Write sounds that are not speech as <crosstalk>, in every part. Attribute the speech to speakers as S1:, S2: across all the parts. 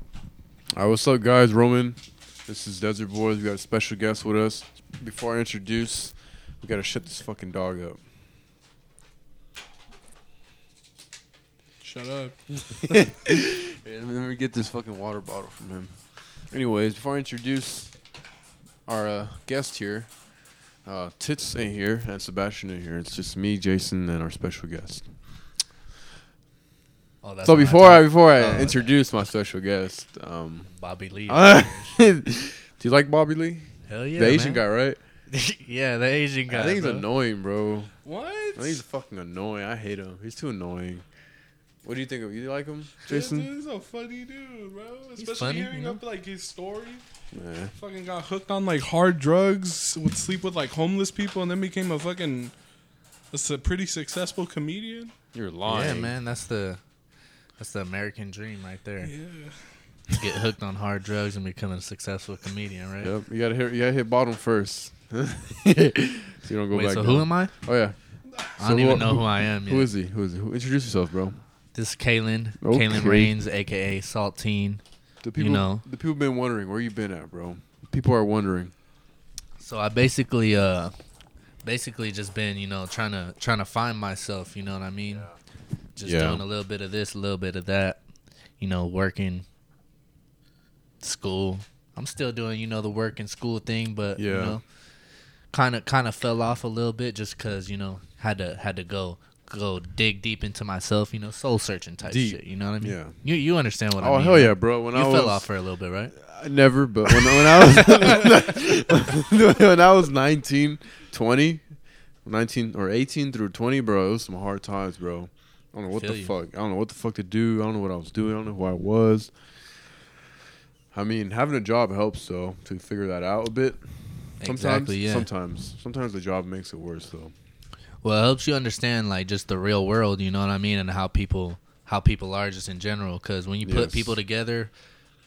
S1: All right, what's up, guys? Roman, this is Desert Boys. We got a special guest with us. Before I introduce, we gotta shut this fucking dog up.
S2: Shut up.
S1: <laughs>
S2: <laughs>
S1: Yeah, let, me, let me get this fucking water bottle from him. Anyways, before I introduce our uh, guest here, uh, Tits ain't here and Sebastian ain't here. It's just me, Jason, and our special guest.
S3: Oh, that's
S1: so
S3: when
S1: before I,
S3: talk-
S1: before I
S3: Oh, okay.
S1: introduce my special guest, um, <laughs>
S3: Bobby Lee. <laughs>
S1: do you like Bobby Lee?
S3: Hell yeah,
S1: the Asian guy,
S3: man.
S1: right?
S3: <laughs> yeah, the Asian guy.
S1: I think he's
S3: bro.
S1: annoying, bro.
S2: What?
S1: I think he's fucking annoying. I hate him. He's too annoying. What do you think of? You like him,
S2: Dude,
S1: Jason?
S2: dude, he's a funny dude, bro. Especially
S3: funny,
S2: hearing
S3: yeah.
S2: up like his story.
S1: Nah.
S2: Fucking got hooked on like hard drugs, would sleep with like homeless people, and then became a fucking that's a pretty successful comedian.
S1: You're
S3: Yeah,
S1: lying,
S3: man, that's the that's the American dream right there.
S2: Yeah.
S3: Get hooked on hard drugs and become a successful comedian, right?
S1: Yep, you gotta hit. You gotta hit bottom first, <laughs> so you don't go
S3: Wait,
S1: back.
S3: so
S1: down.
S3: who am I?
S1: Oh yeah,
S3: I don't
S1: So
S3: even
S1: who-
S3: know who I am. Yet.
S1: who is he? Who is he? Who, introduce yourself, bro.
S3: this? Is Kalen,
S1: Okay.
S3: Kalen Reigns, aka Saltine.
S1: The people,
S3: know.
S1: the people been wondering where you been at, bro. People are wondering.
S3: So I basically, uh, basically just been, you know, trying to trying to find myself. You know what I mean? Just
S1: Yeah.
S3: doing a little bit of this, a little bit of that. You know, working, school. I'm still doing, you know, the work and school thing, but you
S1: Yeah.
S3: know, kind of kind of fell off a little bit just because you know had to had to go go dig deep into myself. You know, soul searching type
S1: Deep.
S3: shit. You know what I mean?
S1: Yeah.
S3: You you understand what I
S1: oh
S3: mean?
S1: hell yeah, bro. When
S3: You
S1: I
S3: fell
S1: was,
S3: off for a little bit, right?
S1: I never, but when, when I was <laughs> when I was 19, 20, 19 or 18 through 20, bro, it was some hard times, bro. I don't know what
S3: Feel
S1: the
S3: you.
S1: fuck. I don't know what the fuck to do. I don't know what I was doing. I don't know who I was. I mean, having a job helps though to figure that out a bit. Sometimes,
S3: Exactly. Yeah.
S1: Sometimes, sometimes the job makes it worse though.
S3: Well, it helps you understand like just the real world, you know what I mean, and how people how people are just in general. Because when you put
S1: Yes.
S3: people together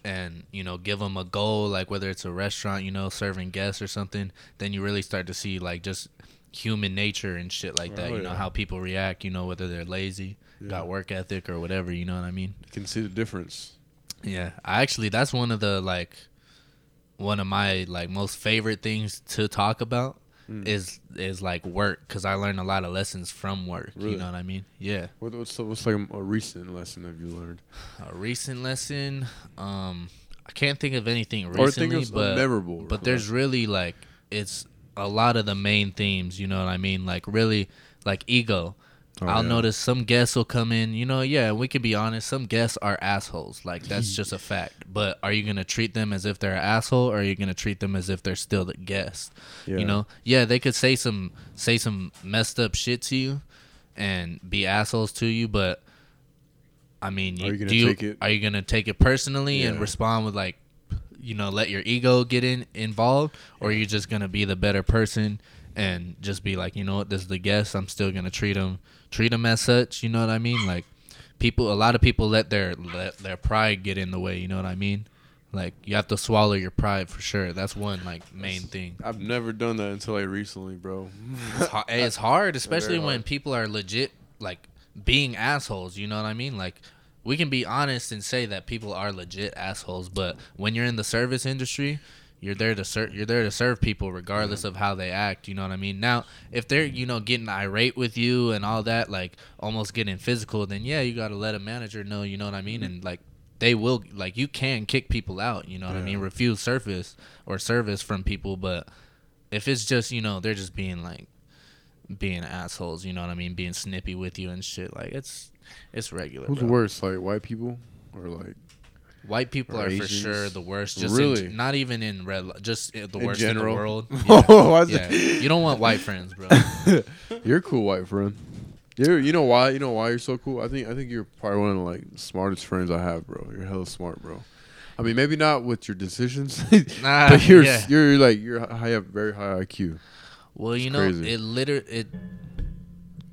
S3: and you know give them a goal, like whether it's a restaurant, you know, serving guests or something, then you really start to see like just human nature and shit like that.
S1: Oh,
S3: you know
S1: yeah.
S3: how people react, you know whether they're lazy, got work ethic or whatever. You know what I mean?
S1: You can see the difference.
S3: Yeah, I actually that's one of the like one of my like most favorite things to talk about is is like work cuz I learned a lot of lessons from work,
S1: Really?
S3: you know what I mean? Yeah.
S1: What, what's what's like a, recent lesson that you learned,
S3: A recent lesson um I can't think of anything
S1: or think
S3: recently
S1: of
S3: but
S1: a memorable?
S3: but there's really like it's a lot of the main themes, you know what I mean? Like really like ego.
S1: Oh,
S3: I'll
S1: yeah.
S3: notice some guests will come in, you know, yeah, we can be honest, some guests are assholes. Like that's just a fact. But are you going to treat them as if they're an asshole or are you going to treat them as if they're still a guest?
S1: Yeah.
S3: You know? Yeah, they could say some say some messed up shit to you and be assholes to you, but I mean,
S1: Are you gonna
S3: do you,
S1: take it?
S3: Are you gonna take it personally
S1: Yeah.
S3: and respond with like, you know, let your ego get in involved, or you are just gonna be the better person and just be like, you know what, this is the guest. I'm still gonna treat them treat them as such. You know what I mean? Like, people, a lot of people let their let their pride get in the way. You know what I mean? Like, you have to swallow your pride for sure. That's one like main thing.
S1: I've never done that until like recently, bro.
S3: It's,
S1: <laughs>
S3: har- it's hard, especially
S1: hard.
S3: when people are legit like being assholes. You know what I mean? Like we can be honest and say that people are legit assholes, but when you're in the service industry, you're there to serve. You're there to serve people regardless of how they act. You know what I mean? Now, if they're you know getting irate with you and all that, like almost getting physical, then yeah, you gotta let a manager know. You know what I mean?
S1: Mm-hmm.
S3: And like. They will like you can kick people out, you know what I
S1: Yeah.
S3: mean. Refuse service or service from people, but if it's just you know they're just being like being assholes, you know what I mean, being snippy with you and shit. Like it's it's regular.
S1: Who's
S3: bro.
S1: worse, like white people or like
S3: White people are for
S1: Asians?
S3: sure the worst. Just
S1: Really?
S3: in, not even in red. li- Just i- the
S1: In
S3: worst
S1: general?
S3: in the
S1: <laughs>
S3: world. Yeah.
S1: Oh, I was-
S3: Yeah. you don't want white
S1: <laughs>
S3: friends, bro.
S1: You're a cool white friend. You you know why you know why you're so cool? I think I think you're probably one of the, like smartest friends I have, bro. You're hella smart, bro. I mean, maybe not with your decisions, <laughs>
S3: Nah,
S1: but you're
S3: yeah.
S1: you're like you're high, you have very high IQ.
S3: Well, you
S1: It's
S3: know,
S1: crazy.
S3: it literally it.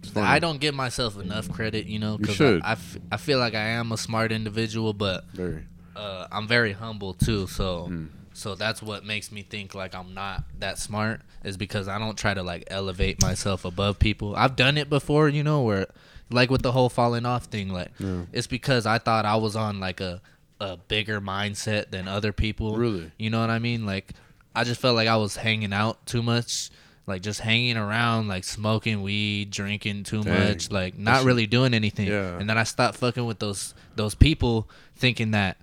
S1: It's funny.
S3: I don't give myself enough credit, you know,
S1: You
S3: because
S1: should.
S3: I, I, f- I feel like I am a smart individual, but
S1: very.
S3: uh, I'm very humble too, so
S1: Mm-hmm.
S3: so that's what makes me think like I'm not that smart is because I don't try to like elevate myself above people. I've done it before, you know, where like with the whole falling off thing, like
S1: Yeah.
S3: it's because I thought I was on like a a bigger mindset than other people.
S1: Really?
S3: You know what I mean? Like I just felt like I was hanging out too much, like just hanging around, like smoking weed, drinking too
S1: Dang.
S3: much, like not really doing anything.
S1: Yeah.
S3: And then I stopped fucking with those those people thinking that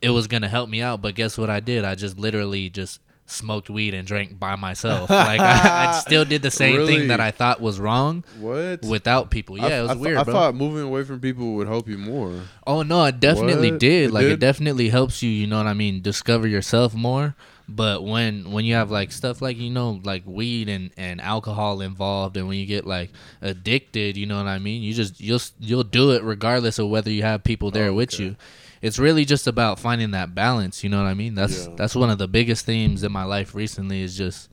S3: it was gonna help me out, but guess what I did? I just literally just smoked weed and drank by myself. like
S1: <laughs>
S3: I, I still did the same
S1: Really?
S3: thing that I thought was wrong
S1: What?
S3: without people. Yeah,
S1: I-
S3: it was
S1: I th-
S3: weird,
S1: I
S3: bro.
S1: thought moving away from people would help you more.
S3: oh no, it definitely
S1: What?
S3: did.
S1: It
S3: like
S1: did?
S3: it definitely helps you. You know what I mean? Discover yourself more. But when when you have like stuff like you know like weed and and alcohol involved, and when you get like addicted, you know what I mean? You just you'll s- you'll do it regardless of whether you have people there with you. It's really just about finding that balance. You know what I mean? That's
S1: Yeah.
S3: that's one of the biggest themes in my life recently is just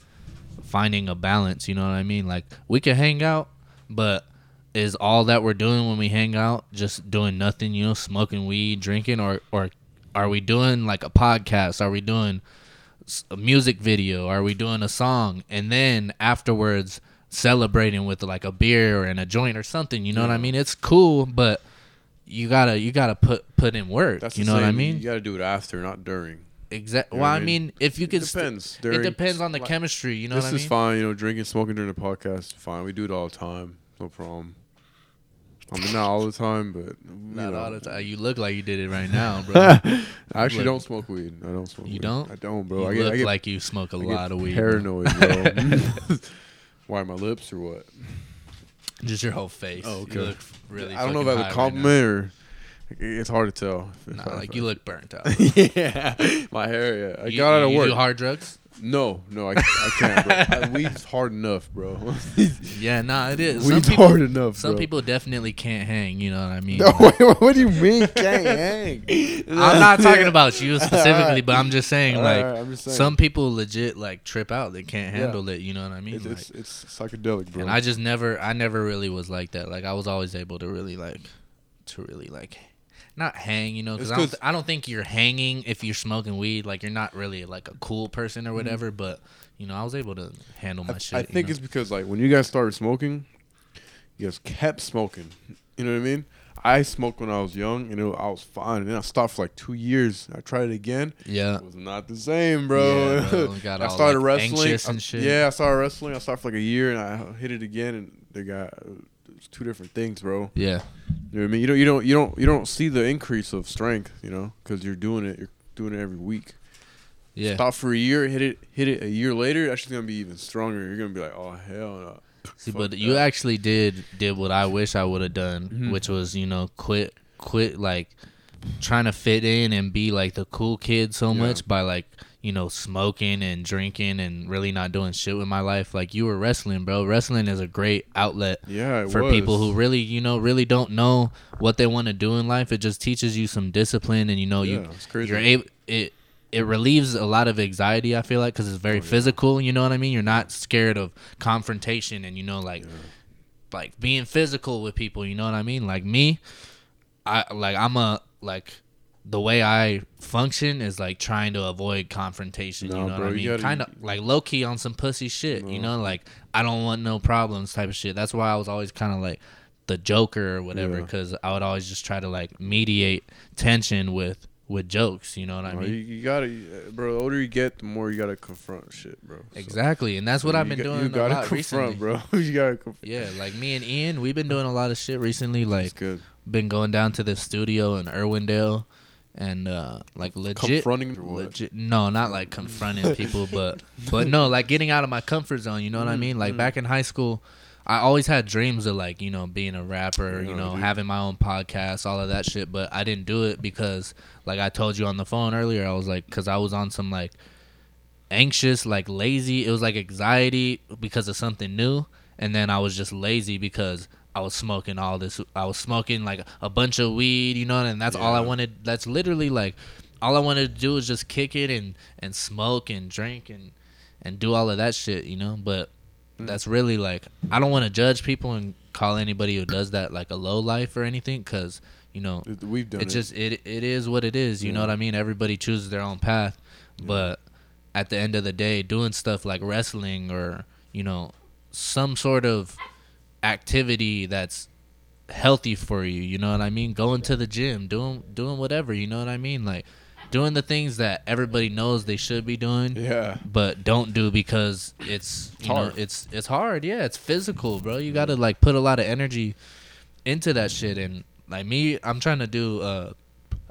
S3: finding a balance. You know what I mean? Like we can hang out, but is all that we're doing when we hang out just doing nothing? You know, smoking weed, drinking, or or are we doing like a podcast? Are we doing s- a music video? Are we doing a song? And then afterwards celebrating with like a beer and a joint or something. You know what I mean? It's cool, but you gotta you gotta put put in work.
S1: That's
S3: you
S1: the
S3: know what I
S1: same.
S3: mean?
S1: You got to do it after, not during.
S3: Exactly.
S1: know
S3: Well,
S1: what I
S3: I
S1: mean?
S3: mean, if you
S1: It
S3: could, st-
S1: depends.
S3: it
S1: During-
S3: depends on the
S1: like-
S3: chemistry. You know
S1: this
S3: what I
S1: is
S3: mean?
S1: fine. You know, drinking, smoking during the podcast is fine. We do it all the time. No problem. I mean, not all the time, but you
S3: Not
S1: know.
S3: all the time. You look like you did it right
S1: <laughs>
S3: now, bro.
S1: I actually
S3: Look.
S1: don't smoke weed. I don't smoke.
S3: You
S1: weed.
S3: don't?
S1: I don't,
S3: you
S1: bro. I
S3: look
S1: get, I get,
S3: like you smoke a
S1: I get
S3: lot of weed. bro.
S1: Paranoid,
S3: <laughs>
S1: bro. <laughs> Why my lips or what?
S3: Just your whole face.
S1: Oh, okay.
S3: You look really.
S1: I don't know if I
S3: fucking high
S1: have a
S3: right
S1: compliment or it's hard to tell. if- if
S3: now.
S1: I-
S3: Nah,
S1: if <laughs>
S3: like
S1: I-
S3: you look burnt out.
S1: yeah, my hair. Yeah, I
S3: You-
S1: got out of
S3: you
S1: work.
S3: Do hard drugs?
S1: No, no, I, I can't,
S3: <laughs>
S1: bro. I, weed's hard enough, bro. <laughs>
S3: Yeah, nah, it is.
S1: weed's
S3: some people,
S1: hard enough,
S3: some
S1: bro.
S3: people definitely can't hang. You know what I mean?
S1: No, <laughs> wait, what do you mean can't hang?
S3: <laughs> I'm not talking
S1: <laughs>
S3: about you specifically, but I'm just saying,
S1: Alright,
S3: like,
S1: alright, I'm just saying.
S3: some people legit like trip out. They can't
S1: Yeah.
S3: handle it. You know what I mean?
S1: It's,
S3: Like,
S1: it's, it's psychedelic, bro.
S3: and I just never, I never really was like that. Like I was always able to really like, to really like, not hang, you know,
S1: It's
S3: because I, don't
S1: 'cause-
S3: th- I don't think you're hanging if you're smoking weed. Like you're not really like a cool person or whatever. But you know, I was able to handle my
S1: Mm-hmm. I,
S3: shit.
S1: I
S3: you
S1: think
S3: know?
S1: it's because like when you guys started smoking, you guys kept smoking. You know what I mean? I smoked when I was young, and it, I was fine. And then I stopped for like two years. I tried it again.
S3: yeah.
S1: It was not the same, bro. <laughs>
S3: Yeah, bro. We got
S1: I
S3: all,
S1: started
S3: like,
S1: wrestling.
S3: anxious and
S1: I-
S3: shit.
S1: Yeah, I started wrestling. I started for like a year, and I hit it again, and they got uh, it's two different things, bro.
S3: Yeah,
S1: You know what I mean? You don't, you don't, you don't, you don't see the increase of strength, you know, because you're doing it, you're doing it every week.
S3: yeah,
S1: Stop for a year, hit it, hit it a year later. That's just gonna be even stronger. You're gonna be like, oh hell no.
S3: See,
S1: Fuck
S3: but
S1: that. Mm-hmm.
S3: you actually did did what I wish I would have done, which was you know quit quit like trying to fit in and be like the cool kid so
S1: Yeah.
S3: much by like you know smoking and drinking and really not doing shit with my life. Like you were wrestling, bro. Wrestling is a great outlet
S1: Yeah, it
S3: for people
S1: was.
S3: who really you know really don't know what they want to do in life. It just teaches you some discipline, and you know
S1: Yeah,
S3: you
S1: it's crazy.
S3: you're able it. It relieves a lot of anxiety. I feel like because it's
S1: Oh,
S3: very physical. You know what I mean. You're not scared of confrontation, and you know like like being physical with people. You know what I mean? Like me, I like I'm a like the way I function is like trying to avoid confrontation.
S1: Nah,
S3: you know
S1: bro,
S3: what I
S1: you
S3: mean?
S1: gotta-
S3: kind of like low key on some pussy shit. You
S1: Uh-huh.
S3: know, like I don't want no problems type of shit. That's why I was always kind of like the joker or whatever
S1: Yeah.
S3: because I would always just try to like mediate tension with with jokes. You know what I
S1: No,
S3: mean?
S1: you, you gotta, uh, bro. The older you get, the more you gotta confront shit, bro. So,
S3: Exactly, and that's what
S1: you
S3: I've been
S1: got-
S3: doing
S1: You
S3: a
S1: gotta
S3: lot
S1: confront,
S3: recently.
S1: bro. <laughs> you gotta confront.
S3: Yeah, like me and Ian, we've been doing a lot of shit recently. Like
S1: It's good.
S3: been going down to the studio in Irwindale and uh like legit
S1: Confronting or what?
S3: legit no not like confronting people but but no like getting out of my comfort zone you know
S1: Mm-hmm.
S3: what I mean like back in high school I always had dreams of like you know being a rapper you
S1: Yeah,
S3: know
S1: dude.
S3: having my own podcast all of that shit but I didn't do it because like I told you on the phone earlier I was like cuz I was on some like anxious, like lazy. It was like anxiety because of something new, and then I was just lazy because I was smoking all this. I was smoking like a bunch of weed, you know, and that's all I
S1: Yeah.
S3: wanted. That's literally like all I wanted to do was just kick it and and smoke and drink and and do all of that shit, you know. But that's really like I don't want to judge people and call anybody who does that like a low life or anything, because you know
S1: It- We've done
S3: it's
S1: it.
S3: just it it is what it is you know what i mean everybody chooses their own path but at the end of the day doing stuff like wrestling or you know some sort of activity that's healthy for you. You know what I mean? Going to the gym, doing doing whatever. You know what I mean? Like doing the things that everybody knows they should be doing.
S1: Yeah.
S3: But don't do because it's you know,
S1: hard.
S3: it's it's hard. Yeah, it's physical, bro. You gotta like put a lot of energy into that shit. And like me, I'm trying to do. uh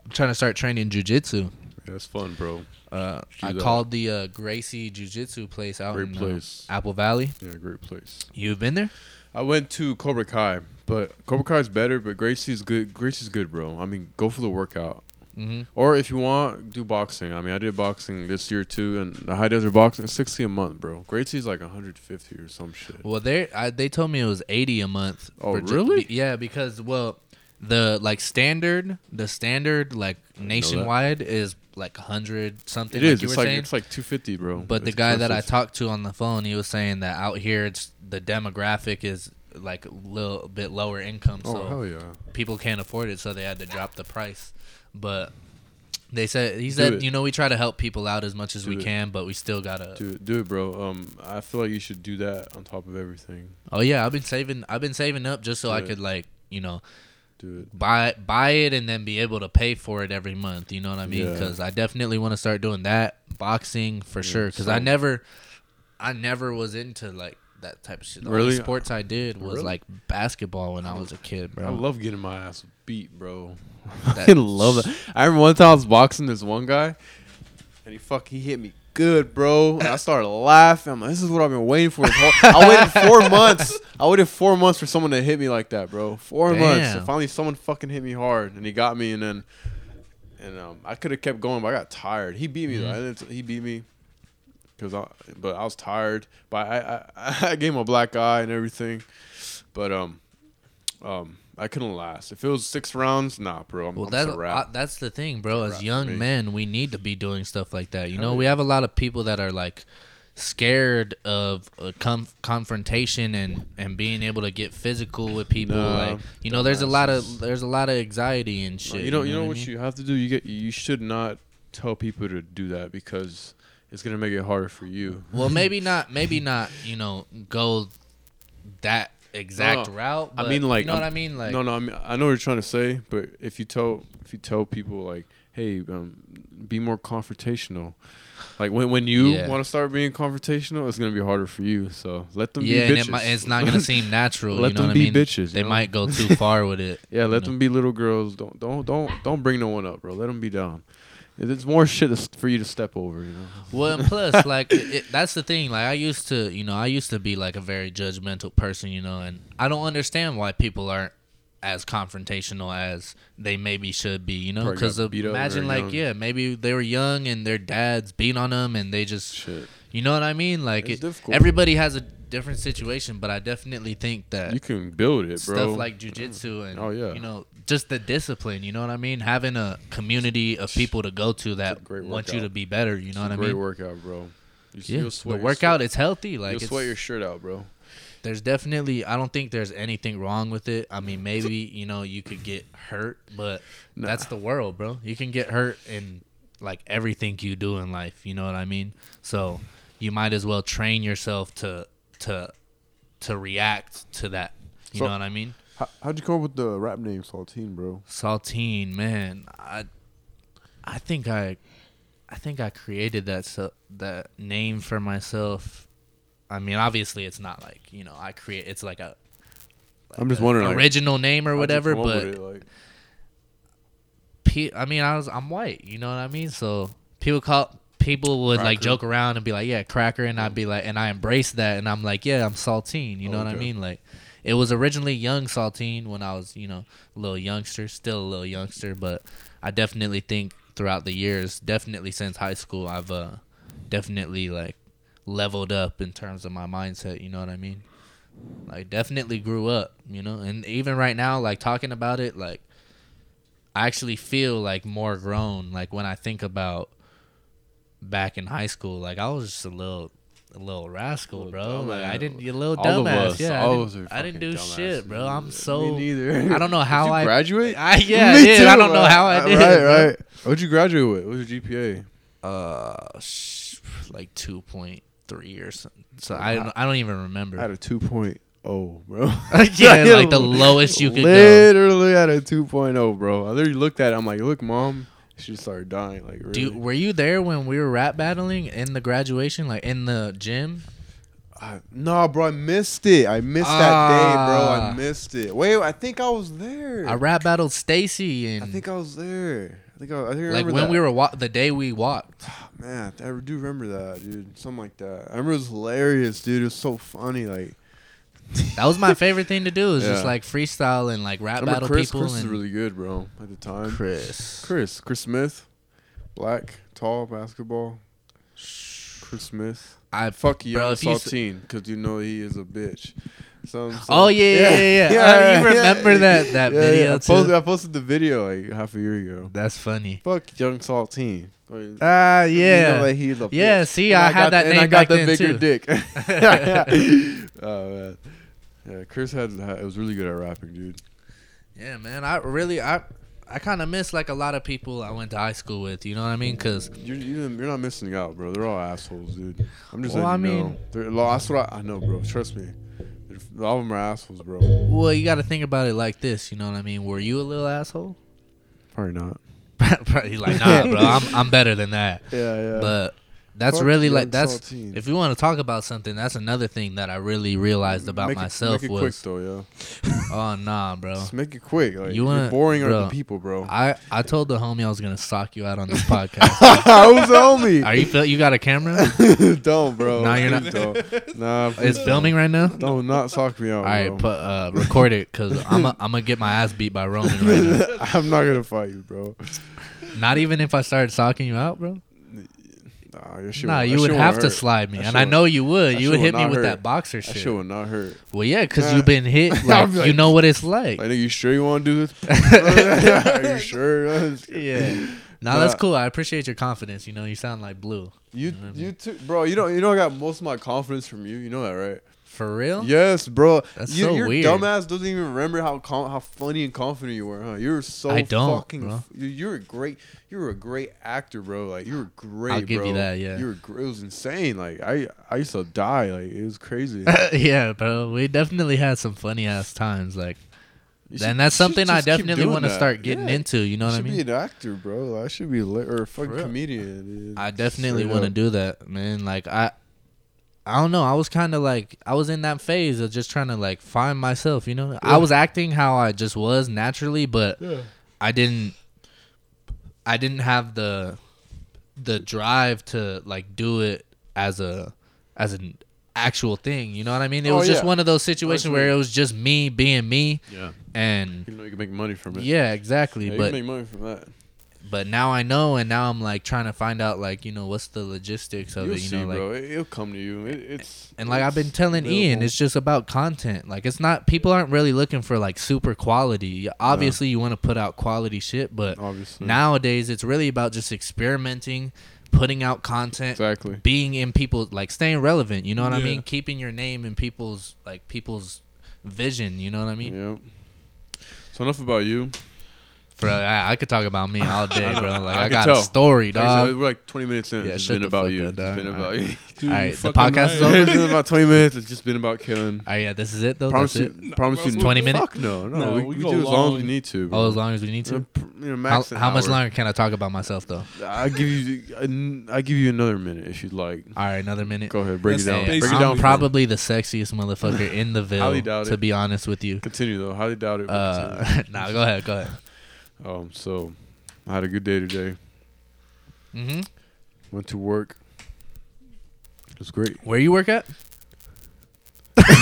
S3: I'm trying to start training jujitsu.
S1: That's fun, bro.
S3: Uh, I
S1: Shoot up.
S3: called the uh, Gracie Jiu Jitsu place out
S1: Great
S3: in uh,
S1: place.
S3: Apple Valley.
S1: Yeah, great place.
S3: You've been there?
S1: I went to Cobra Kai, but Cobra Kai's better. But Gracie's good. Gracie's good, bro. I mean, go for the workout,
S3: Mm-hmm.
S1: or if you want, do boxing. I mean, I did boxing this year too, and the High Desert Boxing, sixty a month, bro. Gracie's like hundred fifty or some shit.
S3: Well, they I, they told me it was eighty a month.
S1: Oh,
S3: for ju-
S1: really?
S3: be- yeah, because well, the like standard, the standard like nationwide is like hundred something.
S1: It is.
S3: Like you
S1: It's
S3: were
S1: like
S3: saying.
S1: it's like two fifty, bro.
S3: but the
S1: It's
S3: guy that I
S1: expensive.
S3: talked to on the phone, he was saying that out here, it's the demographic is like a little bit lower income, so
S1: Oh hell yeah!
S3: people can't afford it, so they had to drop the price. But they said he
S1: it.
S3: said, you know, we try to help people out as much as
S1: Do
S3: we
S1: it.
S3: can, but we still gotta.
S1: Do it, do it, bro. Um, I feel like you should do that on top of everything.
S3: Oh yeah, I've been saving. I've been saving up just so I
S1: Do it.
S3: could like you know
S1: Do it.
S3: buy buy it and then be able to pay for it every month. You know what I mean?
S1: Yeah.
S3: Because I definitely want to start doing that boxing for
S1: Yeah,
S3: sure. Because
S1: so-
S3: I never, I never was into like that type of shit. The
S1: Really?
S3: only sports I did was
S1: Really?
S3: like basketball when I was a kid, bro.
S1: I love getting my ass beat, bro. <laughs> I
S3: That-
S1: love that. I remember one time I was boxing this one guy, and he fuck he hit me good, bro. And I started laughing. I'm like, this is what I've been waiting for. this whole- I waited <laughs> four months. I waited four months for someone to hit me like that, bro. Four months. And
S3: Damn.
S1: finally, someone fucking hit me hard, and he got me, and then. And um, I could have kept going, but I got tired. He beat me though. I didn't, he beat me, cause I, but I was tired. But I, I, <laughs> I gave him a black eye and everything. But um, um, I couldn't last. If it was six rounds, nah, bro. I'm,
S3: Well,
S1: I'm
S3: that,
S1: just a wrap.
S3: I- that's the thing, bro.
S1: wrap
S3: As
S1: for me.
S3: young men, we need to be doing stuff like that. You
S1: Hell
S3: know,
S1: yeah.
S3: we have a lot of people that are like scared of a com- confrontation and and being able to get physical with people.
S1: Nah,
S3: like, you know, there's a lot of there's a lot of anxiety and
S1: No,
S3: shit.
S1: you know, you know
S3: I
S1: what
S3: mean?
S1: you have to do. You get, you should not tell people to do that because it's gonna make it harder for you. <laughs>
S3: Well, maybe not. Maybe not. You know, go that exact
S1: No,
S3: route.
S1: Uh, I
S3: but
S1: mean, like,
S3: you know what I
S1: I'm-
S3: mean? Like,
S1: no, no, I, mean, I know what you're trying to say, but if you tell, if you tell people like, hey, um, be more confrontational. Like when when you
S3: Yeah.
S1: want to start being confrontational, it's gonna be harder for you. So let them
S3: yeah,
S1: be
S3: and
S1: bitches.
S3: it might,
S1: <laughs>
S3: it's not gonna seem natural.
S1: Let
S3: you know
S1: them
S3: what
S1: be
S3: I mean?
S1: bitches, you
S3: They
S1: know?
S3: might go too
S1: <laughs>
S3: far with it.
S1: yeah,
S3: you
S1: let
S3: know?
S1: them be little girls. Don't don't don't don't bring no one up, bro. Let them be down. There's more shit that's for you to step over. You know.
S3: Well,
S1: <laughs>
S3: and plus, like it, it- that's the thing. Like I used to, you know, I used to be like a very judgmental person, you know, and I don't understand why people aren't as confrontational as they maybe should be, you know,
S1: Probably got
S3: because
S1: beat up when
S3: imagine
S1: they were
S3: like
S1: young.
S3: yeah, maybe they were young and their dads beat on them and they just
S1: Shit,
S3: you know what I mean? Like
S1: It's
S3: it,
S1: difficult.
S3: everybody has a different situation, but I definitely think that
S1: you can build it, bro.
S3: stuff like jujitsu and
S1: Oh, yeah.
S3: you know just the discipline. You know what I mean? Having a community of people to go to that
S1: great
S3: want you
S1: workout.
S3: to be better. You know what I
S1: Great
S3: mean?
S1: workout, bro. You,
S3: Yeah,
S1: you'll sweat
S3: the
S1: your
S3: workout
S1: sweat-
S3: it's healthy. Like
S1: you'll
S3: it's,
S1: sweat your shirt out, bro.
S3: there's definitely I don't think there's anything wrong with it. I mean, maybe you know you could get hurt, but
S1: Nah.
S3: that's the world, bro. You can get hurt in like everything you do in life. You know what I mean? So you might as well train yourself to to to react to that. You
S1: So-
S3: know what I mean?
S1: How, how'd you come up with the rap name Saltine, bro?
S3: Saltine, man, I I think I I think I created that so, that name for myself. I mean, obviously it's not like, you know, I create it's like a
S1: I'm just wondering, like,
S3: original name or whatever,
S1: How'd you come up
S3: but
S1: with it, like,
S3: pe- I mean, I was I'm white, you know what I mean? So people call people would like
S1: Cracker. Mm.
S3: joke around and be like, "Yeah, cracker," and I'd be like, and I embrace that, and I'm like, "Yeah, I'm saltine," you know what I
S1: Okay.
S3: mean? Like, it was originally young saltine when I was, you know, a little youngster, still a little youngster, but I definitely think throughout the years, definitely since high school, I've uh, definitely like leveled up in terms of my mindset. You know what I mean? Like, definitely grew up, you know, and even right now, like talking about it, like. I actually feel like more grown. Like when I think about back in high school, like I was just a little, a little rascal,
S1: Little
S3: bro.
S1: dumbass.
S3: Like I didn't, you little
S1: All of
S3: dumbass.
S1: us,
S3: yeah,
S1: all
S3: I
S1: of
S3: didn't,
S1: us are
S3: I didn't
S1: fucking
S3: do shit,
S1: dumbasses.
S3: bro. I'm
S1: Me
S3: so.
S1: neither.
S3: <laughs> I don't know how
S1: did you
S3: I-
S1: graduate. <laughs>
S3: I- yeah, I did. I don't know
S1: bro.
S3: how I
S1: Uh,
S3: did,
S1: Right,
S3: bro.
S1: right. What'd you graduate with? What was your GPA?
S3: <sighs> Uh, sh- like two point three or something. So I don't, I don't even remember.
S1: I had a 2.0. oh, <laughs> bro.
S3: <laughs> yeah, like the lowest you could go.
S1: Literally at a 2.0, bro. I literally looked at it. I'm like, look, mom. She started dying. Like, really?
S3: Dude, were you there when we were rap battling in the graduation, like in the gym?
S1: I, nah, bro, I missed it. I missed that day, bro.
S3: Ah.
S1: I missed it. Wait, I think I was there.
S3: I rap battled Stacy, and
S1: I think I was there. I think I, I think I remember
S3: like when
S1: that.
S3: we were wa- the day we walked.
S1: Man, I do remember that, dude. Something like that. I remember it was hilarious, dude. It was so funny. Like,
S3: That was my favorite thing to do. Is just
S1: Yeah.
S3: like freestyle and like
S1: I
S3: rap
S1: remember
S3: battle
S1: Chris.
S3: people.
S1: Chris was
S3: and
S1: really good, bro, at the time. Chris.
S3: Chris.
S1: Chris. Smith. Black, tall, basketball. Chris Smith.
S3: I
S1: Fuck you,
S3: Bro, if you s-
S1: Saltine, because you know he is a bitch. So, so-
S3: Oh yeah,
S1: <laughs>
S3: yeah, yeah. yeah. Oh, you remember that that
S1: Yeah, yeah.
S3: video
S1: I
S3: too?
S1: posted, I posted the video like half a year ago.
S3: That's funny.
S1: Fuck young saltine. Like,
S3: Ah,
S1: You know that he's a
S3: Yeah,
S1: bitch.
S3: see,
S1: And
S3: I had
S1: got-
S3: that
S1: and
S3: name
S1: I got
S3: back
S1: the
S3: then,
S1: bigger
S3: too.
S1: dick.
S3: <laughs>
S1: <laughs> oh man, yeah. Chris had had- it was really good at rapping, dude.
S3: Yeah, man. I really I I kind of miss like a lot of people I went to high school with. You know what I mean? Because
S1: You're you, you're not missing out, bro. They're all assholes, dude. I'm just
S3: Well,
S1: letting
S3: I
S1: you know.
S3: mean-
S1: They're, well, that's what I, I know, bro. Trust me, They're- all of them are assholes, bro.
S3: well, you got to think about it like this. You know what I mean? Were you a little asshole? <laughs>
S1: Probably not.
S3: Probably like nah, bro. I'm I'm better than that.
S1: Yeah, yeah.
S3: But that's
S1: Fuck
S3: really
S1: young
S3: like that's
S1: saltine.
S3: if you want to talk about something, that's another thing that I really realized about
S1: Make it-
S3: myself
S1: make it quick
S3: was
S1: though, yeah.
S3: oh nah, bro.
S1: Just make it quick. Like,
S3: You
S1: you
S3: wanna-
S1: are boring
S3: bro.
S1: other people, bro. <laughs>
S3: I I told the homie I was gonna sock you out on this podcast.
S1: Who's homie?
S3: Are you feel you got a camera?
S1: <laughs> don't, bro.
S3: No, you're not-
S1: Please Don't. Nah,
S3: It's filming right now.
S1: No, not sock me out.
S3: All right,
S1: bro.
S3: put uh, record it
S1: <laughs>
S3: because I'm a, I'm gonna get my ass beat by Roman right now.
S1: I'm not gonna fight you, bro.
S3: Not even if I started socking you out, bro.
S1: Nah, your shit
S3: nah,
S1: won't-
S3: you
S1: that
S3: would
S1: shit won't
S3: have to
S1: hurt.
S3: slide me,
S1: That
S3: and
S1: shit
S3: I
S1: would-
S3: know you would.
S1: that
S3: You
S1: shit
S3: would
S1: would
S3: hit me
S1: not
S3: with that
S1: hurt.
S3: boxer
S1: That shit
S3: shit.
S1: would not hurt.
S3: Well, yeah, because
S1: Nah.
S3: you've
S1: <laughs>
S3: been hit. Like,
S1: I'd be
S3: you
S1: like-
S3: know what it's like.
S1: Like, nigga, you sure you want to do this? <laughs>
S3: <laughs>
S1: Are you sure? <laughs>
S3: yeah. Nah, that's
S1: Nah.
S3: cool. I appreciate your confidence. You know, you sound like blue.
S1: You, you too, bro. You know, you know, I got most of my confidence from you. You know that, right?
S3: For real?
S1: Yes, bro.
S3: That's
S1: you,
S3: so
S1: your
S3: weird.
S1: dumbass doesn't even remember how com- how funny and confident you were, huh? You were so
S3: I don't,
S1: fucking.
S3: bro.
S1: f- you, you were a great. You were a great actor, bro. Like you were great.
S3: I'll give you
S1: bro.
S3: that, yeah.
S1: you were. Gr- it was insane. Like I, I used to die. Like it was
S3: <laughs>
S1: crazy.
S3: <laughs> yeah, bro. We definitely had some funny ass times. Like,
S1: You should-
S3: and that's
S1: you should
S3: something I
S1: just keep
S3: definitely
S1: doing
S3: want to
S1: that.
S3: start getting
S1: Yeah.
S3: into. You know
S1: I
S3: what I
S1: should
S3: mean?
S1: be an actor, bro. I should be lit or a fucking
S3: real.
S1: comedian. Dude.
S3: I definitely
S1: Straight
S3: want to
S1: up.
S3: do that, man. Like I, I don't know. I was kind of like I was in that phase of just trying to like find myself. You know, I was acting how I just was naturally, but I didn't, I didn't have the, the drive to like do it as a, as an actual thing. You know what I mean? It
S1: Oh,
S3: was just
S1: yeah.
S3: one of those situations where it was just me being me,
S1: Yeah,
S3: and
S1: you know you can make money from it.
S3: yeah,
S1: Yeah,
S3: exactly.
S1: you can
S3: but
S1: make money from that.
S3: but now I know, and now I'm like trying to find out like you know what's the logistics of
S1: You'll
S3: it. You
S1: see,
S3: know, like
S1: bro. It, it'll come to you. It, it's
S3: and like I've been
S1: it's
S3: telling Ian,
S1: available.
S3: it's just about content. Like it's not people aren't really looking for like super quality. Obviously, you want to put out quality shit, but
S1: obviously
S3: nowadays it's really about just experimenting, putting out content,
S1: exactly.
S3: being in people like staying relevant. You know what I
S2: Yeah.
S3: mean? Keeping your name in people's like people's vision. You know what I mean?
S1: Yep. So enough about you.
S3: Bro, I, I could talk about me all day, bro. Like
S1: <laughs> I
S3: I,
S1: can
S3: got a
S1: tell.
S3: story,
S1: Like I said,
S3: dog.
S1: we're like 20 minutes in.
S3: Yeah,
S1: it's
S3: shut
S1: been
S3: the
S1: about
S3: fuck
S1: you.
S3: up,
S1: It's
S3: dog.
S1: been
S3: All
S1: about
S3: right.
S1: you.
S3: <laughs>
S2: Dude,
S3: All
S2: you
S3: right, the
S2: fucking
S3: podcast is
S2: liar.
S3: over?
S1: <laughs> it's been about 20 minutes. It's just been about
S3: <laughs>
S1: killing.
S3: Oh yeah, this is it though.
S1: promise
S3: That's it.
S1: you. promise you.
S3: 20 minutes?
S1: Fuck no, no.
S2: No,
S1: we
S2: we
S1: we
S2: go
S1: do as long as
S2: long.
S1: we need to. bro.
S3: Oh, as long as we need
S1: Uh,
S3: to.
S1: pr- you know,
S3: How,
S1: max an
S3: how much
S1: hour.
S3: longer can I talk about myself though?
S1: I give you. an- I give you another minute if you'd like.
S3: All right, another minute.
S1: Go ahead, break it
S2: That's
S1: down.
S2: it.
S1: Break it
S2: Basically-
S3: I'm
S1: down. Probably
S3: probably the sexiest motherfucker
S1: <laughs>
S3: in the
S1: Highly
S3: Ville.
S1: doubt
S3: to
S1: it.
S3: be honest with you.
S1: continue though. Highly doubt it. but
S3: <laughs> Uh, nah, go ahead, go ahead.
S1: continue. um. So, I had a good day today. Mm-hmm.
S3: hmm
S1: Went to work. It was <laughs> great.
S3: Where you work at?
S1: fucking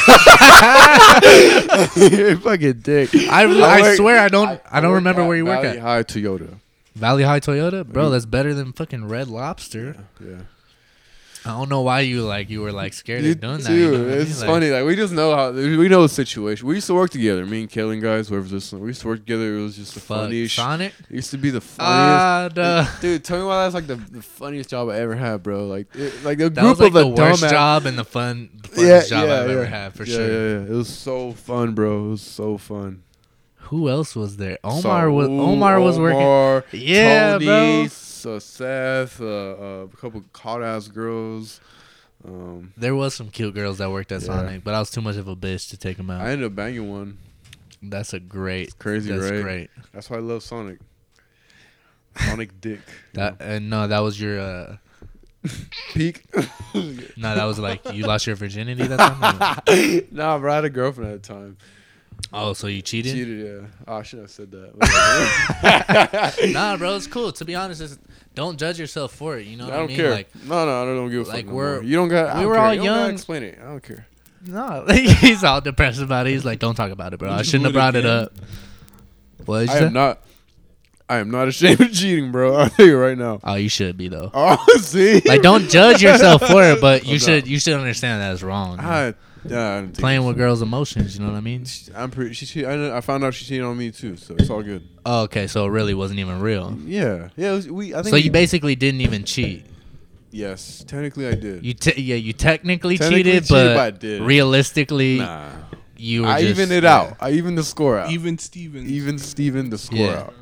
S1: dick.
S3: I,
S1: I
S3: I,
S1: work-
S3: swear I don't I, don't
S1: work
S3: remember
S1: at
S3: where you work
S1: Valley
S3: at.
S1: High Toyota.
S3: Valley High Toyota, bro.
S1: Mhm.
S3: That's better than fucking Red Lobster.
S1: Yeah.
S3: I don't know why you like you were like scared
S1: You
S3: of doing that. you
S1: too.
S3: know what I mean?
S1: it's
S3: Like,
S1: funny. Like we just know how we know the situation. We used to work together. Me and Kaylin guys, whoever's listening, we used to work together. It was just the
S3: Fuck
S1: funniest. It
S3: Sonic.
S1: used to be the funniest.
S3: Ah, duh.
S1: Dude, tell me why that's like the, the funniest job I ever had, bro. Like, it, like a
S3: That
S1: group
S3: was like
S1: of
S3: the,
S1: the
S3: worst
S1: dumbass-
S3: job and the fun funnest job I've ever had for
S1: Yeah,
S3: sure.
S1: Yeah, yeah, it was so fun, bro. It was so fun.
S3: Who else was there? Omar
S1: So-
S3: was
S1: Ooh,
S3: Omar was working.
S1: Omar,
S3: Yeah,
S1: Tony,
S3: bro.
S1: So Seth, uh, uh, a couple hot ass girls. Um,
S3: There was some cute girls that worked at
S1: Yeah.
S3: Sonic, but I was too much of a bitch to take them out.
S1: I ended up banging one.
S3: that's a great,
S1: crazy,
S3: that's
S1: right?
S3: great.
S1: That's why I love Sonic.
S3: <laughs>
S1: Sonic dick. you
S3: That and no, that was your uh,
S1: know. <laughs> peak. <laughs>
S3: no, that was like you lost your virginity. That
S1: <laughs>
S3: time.
S1: nah, bro, I had a girlfriend at the time.
S3: oh, so you cheated?
S1: Cheated, yeah. Oh, I shouldn't have said
S3: <laughs>
S1: that.
S3: Nah, bro, it's cool. To be honest, it's, don't judge yourself for it. You know
S1: I
S3: what
S1: don't
S3: mean?
S1: care.
S3: Like,
S1: no, no, I don't, give a
S3: like,
S1: fuck. no
S3: we're-
S1: more. you don't got. I
S3: we
S1: don't
S3: were
S1: care.
S3: all
S1: You don't gotta
S3: young.
S1: Explain it. I don't care.
S3: no, <laughs> he's all depressed about it. He's like, don't talk about it, bro. I shouldn't have brought it up. What? did you
S1: I
S3: say?
S1: am not. I am not <laughs> ashamed of cheating, bro. I'll tell you right now. <laughs>
S3: oh, you should be though.
S1: Oh, see.
S3: Like, don't judge yourself for it, but you
S1: Oh, no.
S3: should you should understand that it's wrong. you know?
S1: I, yeah, I don't think-
S3: Playing with girls' emotions, you know what I mean?
S1: I'm pretty. She. che- I, know, I found out she cheated on me too, so it's all good.
S3: Oh, okay, so it really wasn't even real.
S1: Yeah. Yeah. It was, we. I think.
S3: So you
S1: we-
S3: basically didn't even cheat.
S1: Yes. Technically, I did.
S3: You te- yeah, you technically,
S1: Technically
S3: cheated,
S1: cheated,
S3: but,
S1: but I did.
S3: realistically,
S1: nah.
S3: you were
S1: I
S3: just,
S1: evened it
S3: yeah.
S1: out. I evened the score out.
S2: Even Steven.
S1: even Steven the score
S3: Yeah.
S1: out.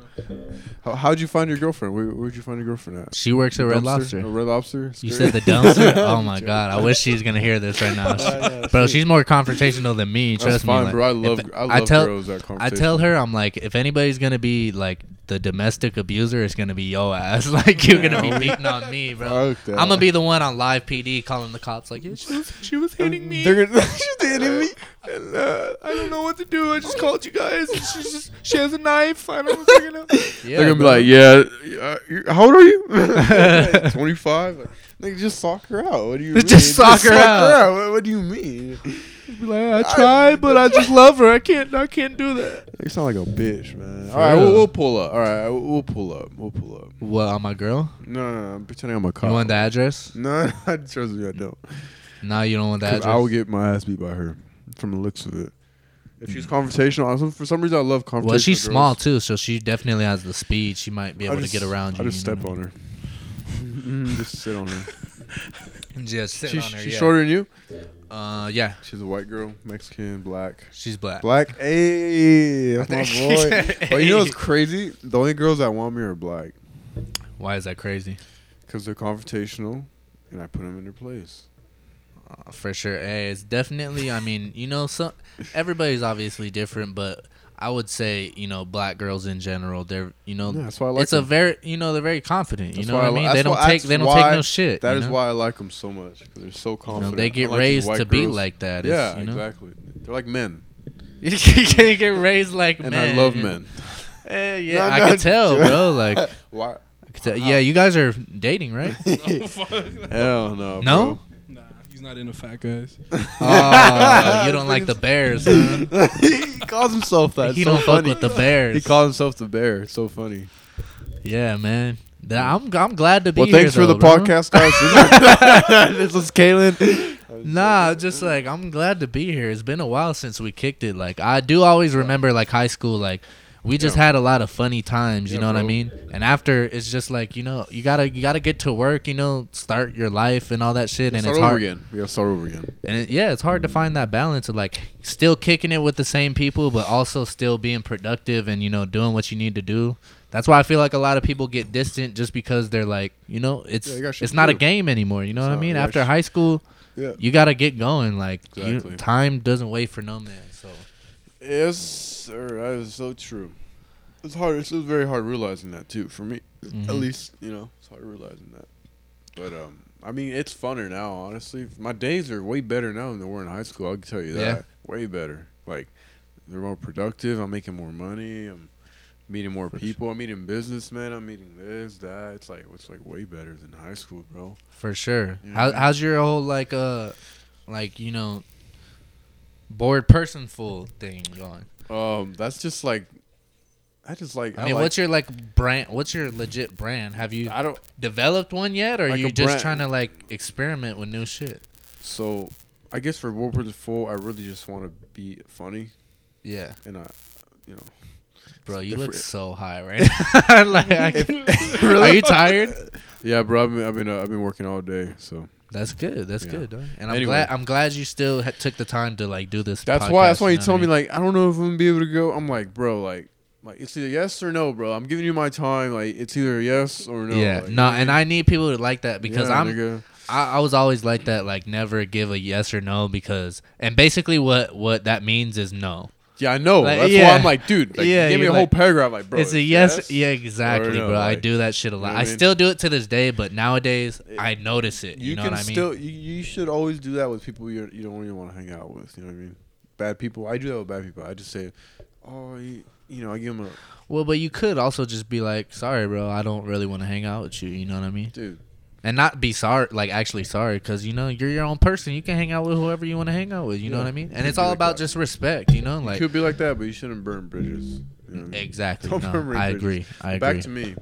S1: How, how'd you find your girlfriend? Where, where'd you find your girlfriend at?
S3: She works at Red
S1: Dumpster?
S3: Lobster.
S1: A Red Lobster?
S3: You
S1: Skirt?
S3: said the
S1: <laughs>
S3: dumpster? oh my god! I wish she's gonna hear this right now,
S1: yeah,
S3: bro. She's more confrontational than me. Trust
S1: That's fine,
S3: me, like,
S1: bro. I
S3: if-
S1: love, I love
S3: tell,
S1: girls that
S3: I
S1: conversation.
S3: tell her, I'm like, if anybody's gonna be like the domestic abuser, it's gonna be yo ass. <laughs> Like you're gonna be beating on me, bro.
S1: Fuck that.
S3: I'm gonna be the one on live PD calling the cops. Like, yeah, she was, she was hitting me.
S1: Um, They're gonna, <laughs> she's hitting me. And, uh,
S4: I don't know what to do. I just called you guys. And she's just, she has a knife. I don't know what's going on.
S3: Yeah,
S1: they're gonna
S3: bro.
S1: be like, yeah, uh, you're- how old are
S3: <laughs>
S1: you? <laughs> 25. Like, Nigga, just sock her out. What do you mean?
S3: Just sock her out.
S1: What, what do you mean?
S4: Like, I tried, but I
S1: <laughs>
S4: just love her. I can't. I can't do that.
S1: You sound like a bitch, man. All right, we'll,
S3: real.
S1: we'll pull up. All right, we'll- we'll pull up. We'll pull up.
S3: what on my girl?
S1: No, no, no I'm pretending I'm a cop.
S3: You want the address?
S1: <laughs> No, I trust me, I don't.
S3: No, you don't want the
S1: 'Cause
S3: address.
S1: I will get my ass beat by her from the looks of it. If she's confrontational, I- for some reason I love confrontational.
S3: Mm. well, she's
S1: girls.
S3: small too, so she definitely has the speed. She might be
S1: I
S3: able
S1: just-
S3: to get around you.
S1: I just
S3: you know
S1: step
S3: what
S1: on her. <laughs> Mm, just sit on her.
S3: I mean? Just <laughs> sit
S1: She's,
S3: on her.
S1: she's
S3: yeah.
S1: shorter than you.
S3: Uh, yeah,
S1: She's a white girl, Mexican, black.
S3: she's black.
S1: Black, hey, that's my
S3: think she
S1: boy.
S3: said
S1: But you know what's
S3: ayy.
S1: crazy? The only girls that want me are black
S3: Why is that crazy?
S1: because they're confrontational, and I put them in their place.
S3: Uh, for sure. Hey, it's definitely. I mean, you know, so everybody's obviously different, but I would say, you know, black girls in general, they're, you know,
S1: Yeah, that's why I like
S3: Um, it's a
S1: them.
S3: very, you know, they're very confident. you
S1: That's
S3: know what
S1: why
S3: I
S1: I li-
S3: mean?
S1: that's
S3: They don't
S1: why-
S3: take,
S1: that's
S3: they don't
S1: why-
S3: take no shit.
S1: That
S3: you
S1: is
S3: know?
S1: why I like them so much 'cause they're so
S3: You know,
S1: confident.
S3: they
S1: I
S3: get
S1: like these
S3: raised
S1: white
S3: to be
S1: girls.
S3: like that.
S1: Yeah,
S3: Yeah, you know?
S1: exactly. They're like men,
S3: <laughs> you can't get raised like
S1: and
S3: men.
S1: I love men.
S3: Eh, yeah,
S1: No,
S3: I
S1: no,
S3: could tell,
S1: dude.
S3: bro. Like, I
S1: Why?
S3: could tell- yeah, you guys are dating, right?
S2: Oh, <laughs>
S3: <laughs>
S2: fuck.
S1: <laughs> Hell no.
S3: No?
S2: Nah, he's not into fat guys.
S3: Oh, you don't like the Bears. Huh?
S1: bro. <laughs> he calls himself that.
S3: He
S1: so
S3: don't fuck
S1: funny.
S3: with the Bears.
S1: He calls himself the bear. It's so funny.
S3: Yeah, man. Th- I'm I'm glad to be
S1: Well,
S3: here.
S1: thanks for
S3: though,
S1: the
S3: bro.
S1: podcast,
S3: <laughs>
S1: <laughs> guys. this was Kalen.
S3: Nah, just like I'm glad to be here. It's been a while since we kicked it. Like I do always remember like high school like we just had a lot of funny times, you
S1: Yeah,
S3: know what I
S1: bro.
S3: mean? And after it's just like, you know, you got to you got to get to work, you know, start your life and all that shit and
S1: start
S3: it's
S1: over
S3: hard.
S1: again. We gotta start over again.
S3: And it, yeah, it's hard to find that balance of like still kicking it with the same people, but also still being productive and you know doing what you need to do. That's why I feel like a lot of people get distant just because they're like, you know, it's
S1: Yeah, you got shit
S3: it's
S1: to
S3: not a
S1: do.
S3: game anymore. You know what I
S1: not-
S3: mean?
S1: you got
S3: After
S1: shit-
S3: high school,
S1: Yeah.
S3: you gotta get going. Like you-
S1: Exactly.
S3: time doesn't wait for no man. So
S1: Yes, sir. That is so true. It's hard. It's very hard realizing that too for me. At
S3: Mhm.
S1: least you know it's hard realizing that. But um, I mean, it's funner now. Honestly, my days are way better now than they were in high school. I can tell you that.
S3: Yeah.
S1: Way better. Like they're more productive. I'm making more money. I'm meeting more people. I'm meeting businessmen. I'm meeting this, that. It's like it's like way better than high school, bro.
S3: for sure.
S1: Yeah.
S3: How, how's your whole like uh like you know bored person full thing going?
S1: Um, that's just like. I just like.
S3: I mean,
S1: like,
S3: what's your like brand? What's your legit brand? Have you
S1: I don't.
S3: developed one yet, or are
S1: Like
S3: you
S1: a
S3: just
S1: brand.
S3: trying to like experiment with new shit?
S1: So, I guess for World War Full, I really just want to be funny,
S3: Yeah,
S1: and I, you know,
S3: bro,
S1: It's
S3: you look
S1: different.
S3: so high right <laughs> now. like,
S1: <laughs>
S3: I can- Are you tired?
S1: yeah, bro. I've been, I've been, uh, I've been working all day, so
S3: That's good. That's
S1: Yeah.
S3: good. dog. And I'm
S1: Anyway.
S3: glad. I'm glad you still ha- took the time to like do this.
S1: that's why. That's
S3: podcast,
S1: why you
S3: know
S1: told
S3: what
S1: me
S3: I mean?
S1: like, I don't know if I'm gonna be able to go. I'm like, bro, like, like it's either yes or no, bro. I'm giving you my time. Like, it's either yes or no.
S3: yeah,
S1: like,
S3: no, and I need people to like that because
S1: yeah,
S3: I'm
S1: nigga.
S3: I, I was always like that, like never give a yes or no because, and basically what what that means is no.
S1: Yeah, I know.
S3: Like,
S1: That's
S3: yeah.
S1: why I'm like, dude, like,
S3: Yeah,
S1: give me a
S3: you're
S1: whole
S3: like-
S1: paragraph, like, bro.
S3: it's a yes, yeah, exactly,
S1: no,
S3: bro. I
S1: like,
S3: do that shit a lot.
S1: what I
S3: I,
S1: mean?
S3: still do it to this day, but nowadays I notice it. You,
S1: You,
S3: know
S1: can
S3: what I mean?
S1: still, you, you should always do that with people you're, you don't really want to hang out with. You know what I mean? Bad people. I do that with bad people. I just say, oh, you, you know, I give them a
S3: well, but you could also just be like, "Sorry, bro, I don't really want to hang out with you." You know what I mean?
S1: dude.
S3: And not be sorry, like actually sorry, because you know you're your own person. You can hang out with whoever you want to hang out with. You know
S1: Yeah.
S3: what I mean?
S1: You
S3: And it's
S1: could be
S3: all
S1: like
S3: about
S1: that.
S3: just respect. You know, like
S1: could be like that, but you shouldn't burn bridges. You know what I mean?
S3: exactly.
S1: Mm. Don't burn
S3: No,
S1: bridges.
S3: I agree. I agree.
S1: Back to me.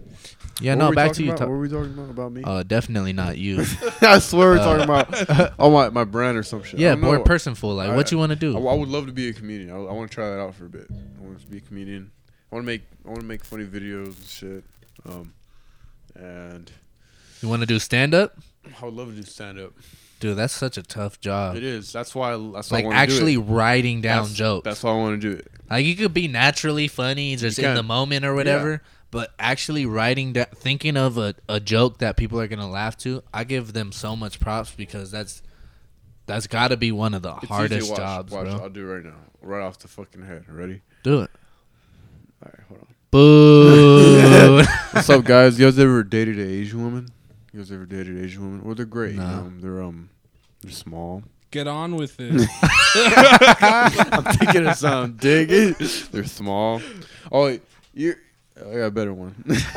S3: yeah,
S1: What were
S3: no,
S1: we
S3: back to
S1: talking
S3: you.
S1: About?
S3: Ta-
S1: what were we talking about? About me?
S3: uh, definitely not you.
S1: <laughs> I swear we're
S3: uh,
S1: talking
S3: <laughs>
S1: about oh my my brand or some shit. I
S3: yeah,
S1: don't
S3: more
S1: know.
S3: personful. Like,
S1: I-
S3: what you want to
S1: I,
S3: do?
S1: I would love to be a comedian. I, I want to try that out for a bit. I want to be a comedian. I want to make I want to make funny videos and shit. Um, and
S3: You want to do stand up?
S1: I would love to do stand up.
S3: Dude, that's such a tough job.
S1: It is. That's why. I, that's why
S3: like
S1: I want
S3: actually
S1: do it.
S3: writing down
S1: that's,
S3: jokes.
S1: That's why I want to do it.
S3: like you could be naturally funny, just
S1: You
S3: in the
S1: can.
S3: moment or whatever. But actually writing that, thinking of a, a joke that people are gonna laugh to, I give them so much props because that's that's got to be one of the
S1: It's
S3: hardest
S1: easy. Watch,
S3: jobs,
S1: watch.
S3: bro.
S1: I'll do it right now, right off the fucking head. Ready?
S3: Do it.
S1: All right,
S3: <laughs>
S1: hold on. <laughs>
S3: Boo. <laughs>
S1: What's up, guys? You guys ever dated an Asian woman? You guys ever dated an Asian woman? Well, they're great. You
S3: No.
S1: know, they're um, they're small.
S2: Get on with
S3: <laughs>
S2: it.
S1: <laughs> I'm thinking of some dig. <laughs> They're small. Oh, you. I got a better one. <laughs>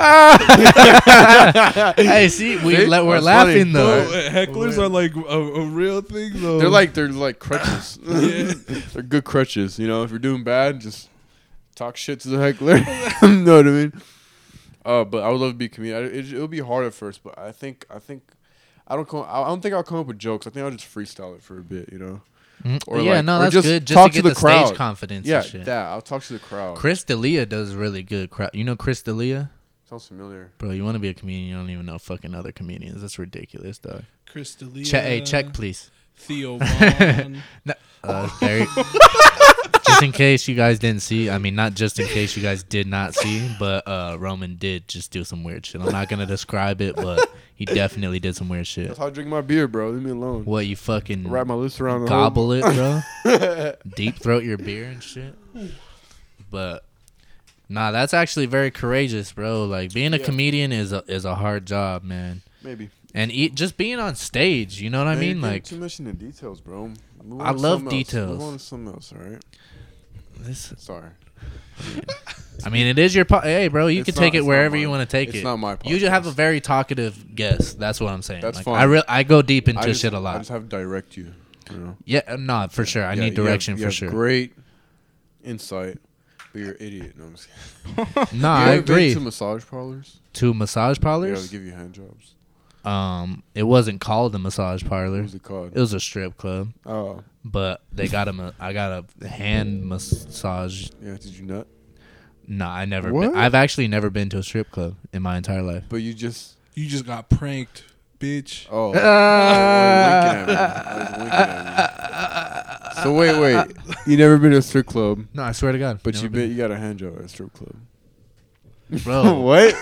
S3: hey, see, we
S1: See?
S3: le- we're
S1: That's funny.
S3: laughing though.
S1: Bro,
S2: Uh, Hecklers are like a, a real thing, though.
S1: they're like they're like crutches. <laughs> they're good crutches. You know, if you're doing bad, just talk shit to the heckler. <laughs> you know what I mean? Uh, but I would love to be a comedian. I- It, it'll be hard at first, but I think I think I don't come. I I don't think I'll come up with jokes. I think I'll just freestyle it for a bit. You know.
S3: Mm,
S1: Or
S3: yeah,
S1: like-
S3: no,
S1: or
S3: that's
S1: just
S3: good. Just
S1: talk
S3: to
S1: to
S3: get
S1: the
S3: the,
S1: crowd.
S3: stage confidence.
S1: Yeah,
S3: and shit.
S1: that I'll talk to the crowd.
S3: Chris D'Elia does really good. Crowd. You know Chris D'Elia,
S1: Sounds familiar.
S3: bro. You want to be a comedian? You don't even know fucking other comedians. That's ridiculous, dog.
S2: Chris D'Elia,
S3: Check, hey, check, please.
S2: Theo Von.
S1: <laughs>
S3: Uh, there- just in case you guys didn't see, I mean, not just in case you guys did not see, but uh, Roman did just do some weird shit. I'm not gonna describe it, but he definitely did some weird shit.
S1: That's how I drink my beer, bro. Leave me alone.
S3: What you fucking
S1: Wrap my lips around the whole-
S3: gobble it, bro.
S1: <laughs>
S3: Deep throat your beer and shit. But nah, that's actually very courageous, bro. Like being a comedian is a is a hard job, man.
S1: Maybe.
S3: And e just being on stage, you know what I
S1: Man, you're
S3: mean?
S1: getting
S3: Like
S1: too much into details, bro. Move
S3: I
S1: on to
S3: love
S1: something else.
S3: details.
S1: Move on to something else, all right?
S3: this.
S1: Sorry.
S3: I mean, it is your po- hey, bro. You
S1: It's
S3: can take
S1: not-
S3: it
S1: it's
S3: wherever
S1: not
S3: you
S1: mine.
S3: want to take
S1: It's
S3: it.
S1: not my
S3: You just have a
S1: podcast.
S3: very talkative guest. That's what I'm saying.
S1: That's
S3: like,
S1: fine.
S3: I re- I go deep into
S1: I just,
S3: shit a
S1: I
S3: lot.
S1: just have to direct you. you know?
S3: yeah, uh, nah, for sure. I
S1: Yeah,
S3: need
S1: you have-
S3: direction
S1: you
S3: for
S1: have
S3: sure.
S1: Great insight, but you're an idiot. No, I'm just kidding.
S3: <laughs> Nah,
S1: You
S3: I
S1: ever been
S3: agree.
S1: To massage parlors,
S3: to massage
S1: yeah,
S3: parlors.
S1: they give you hand jobs.
S3: um, it wasn't called a massage
S1: What
S3: parlor.
S1: was it called?
S3: It was a strip club,
S1: Oh,
S3: but they got him. A, I got a hand massage.
S1: yeah. Did you not?
S3: Nah, I never.
S1: What?
S3: Been, I've actually never been to a strip club in my entire life.
S1: But you just.
S2: you just got pranked, bitch.
S1: Oh.
S3: <laughs>
S1: Like, winking at me. Like, winking at me.
S3: Ah.
S1: So wait, wait. You never been to a strip club,
S3: No, I swear to God.
S1: but
S3: never
S1: you been, you got a hand job at a strip club. <laughs>
S3: bro.
S1: what?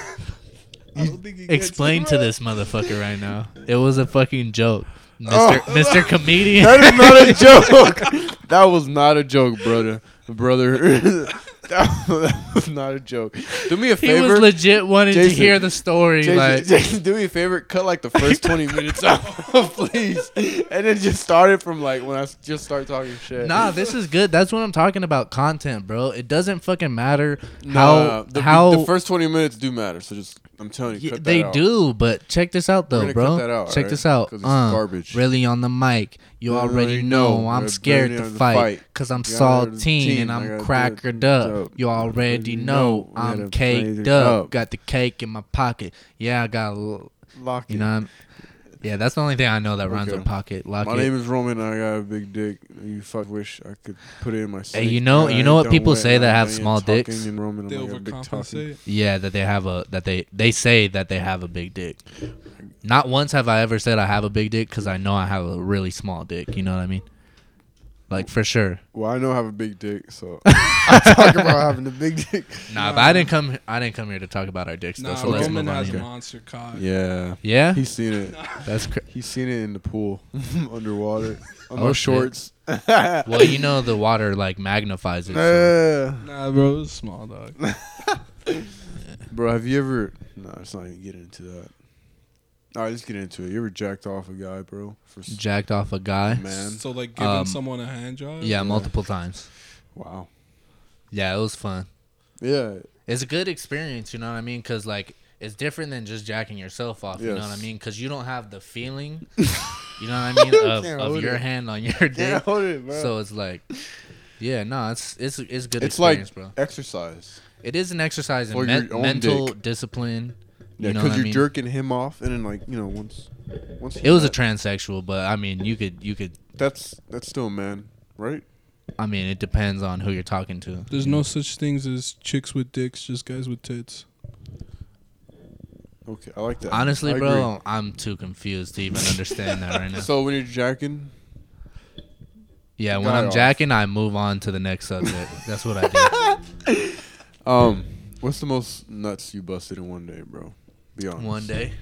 S2: I don't think he gets
S3: Explain
S2: it,
S3: to
S2: bro.
S3: this motherfucker right now. It was a fucking joke, Mister
S1: <laughs>
S3: Mister Comedian.
S1: Oh. That is not a
S3: <laughs>
S1: joke. That was not a joke, brother. Brother. <laughs> that, that was not a joke. Do me a
S3: he
S1: favor.
S3: was legit wanting to
S1: Jason,
S3: hear the story.
S1: Jason,
S3: like,
S1: Jason, do me a favor. Cut like the
S3: <laughs>
S1: first 20 minutes out, <laughs> please. And then just start it from like when I s- just start talking shit.
S3: nah, this is good. That's what I'm talking about. Content, bro. It doesn't fucking matter
S1: Nah,
S3: how
S1: the,
S3: how
S1: the first 20 minutes do matter. So just, I'm telling you,
S3: Yeah,
S1: cut
S3: they
S1: that out.
S3: do, but check this out though,
S1: gonna
S3: bro.
S1: cut that out,
S3: check
S1: alright?
S3: this out.
S1: 'Cause it's
S3: Uh,
S1: garbage.
S3: Really on the mic, you
S1: You
S3: already
S1: already
S3: know,
S1: know.
S3: I'm
S1: We're
S3: scared
S1: burning
S3: to
S1: on the
S3: fight
S1: fight.
S3: because I'm
S1: You already know the
S3: saltine
S1: team.
S3: and
S1: I
S3: I'm
S1: got
S3: crackered
S1: the
S3: up.
S1: dope.
S3: You already
S1: You
S3: know
S1: know we
S3: I'm
S1: gotta
S3: caked
S1: blaze it
S3: up.
S1: up.
S3: Got the cake in my pocket. Yeah, I got. A little,
S1: Lock
S3: you
S1: it.
S3: know. I'm, yeah, that's the only thing I know that rhymes
S1: Okay.
S3: with pocket. Lock
S1: My
S3: it.
S1: name is Roman. and I got a big dick. You fuck wish I could put it in my.
S3: Hey, you know- you know what people say that have small dicks?
S1: In Roman, I'm
S2: They
S1: like a big talking.
S2: overcompensate.
S3: yeah, that they have a that they they say that they have a big dick. Not once have I ever said I have a big dick because I know I have a really small dick. You know what I mean? Like for sure.
S1: Well, I know I have a big dick, so
S3: <laughs>
S1: I talk about having a big dick.
S3: Nah, but I didn't come. I didn't come here to talk about our dicks though.
S2: Nah,
S3: so let's
S2: Roman
S3: move on.
S2: has a
S3: Here.
S2: monster cock.
S1: Yeah,
S3: Yeah,
S1: he's seen it.
S3: that's cr-
S1: He's seen it in the pool, <laughs>
S3: <laughs>
S1: underwater, on
S3: Oh,
S1: my
S3: shit.
S1: shorts. Uh,
S3: well. You know the water like magnifies it. So.
S1: Yeah.
S2: Nah, bro, it's small dog.
S1: Bro, have you ever? No, let's not even get into that. All right, let's get into it. You ever jacked off a guy, bro? For s-
S3: Jacked off a guy.
S1: Uh, man,
S2: So like giving
S3: Um,
S2: someone a hand job.
S3: Yeah, multiple times.
S1: wow.
S3: Yeah, it was fun.
S1: Yeah,
S3: It's a good experience. You know what I mean? Because like it's different than just jacking yourself off. You know
S1: Yes.
S3: what I mean? Because you don't have
S1: <laughs>
S3: the feeling. you know what I mean? Of,
S1: Can't
S3: of
S1: hold
S3: your
S1: it.
S3: hand on your dick.
S1: yeah, <laughs> hold it, bro.
S3: So it's like, yeah, no, it's it's it's good
S1: it's
S3: experience,
S1: like
S3: bro.
S1: exercise.
S3: It is an exercise in
S1: for
S3: men-
S1: your own
S3: mental
S1: dick.
S3: discipline.
S1: Yeah,
S3: you know
S1: because
S3: what
S1: you
S3: I
S1: are
S3: mean?
S1: jerking him off, and then like you know, once, once
S3: It was a transsexual, but I mean, you could you could.
S1: that's that's still a man, right?
S3: I mean, it depends on who you're talking to.
S2: There's no such things as chicks with dicks, just guys with tits.
S1: Okay, I like that.
S3: Honestly,
S1: I
S3: bro, I'm too confused to even
S1: <laughs>
S3: understand that right now.
S1: agree. So when you're jacking,
S3: yeah, when
S1: guy
S3: I'm
S1: off.
S3: jacking, I move on to the next subject. That's what I do.
S1: um, what's the most nuts you busted in one day, bro? Be <laughs> honest.
S3: One day,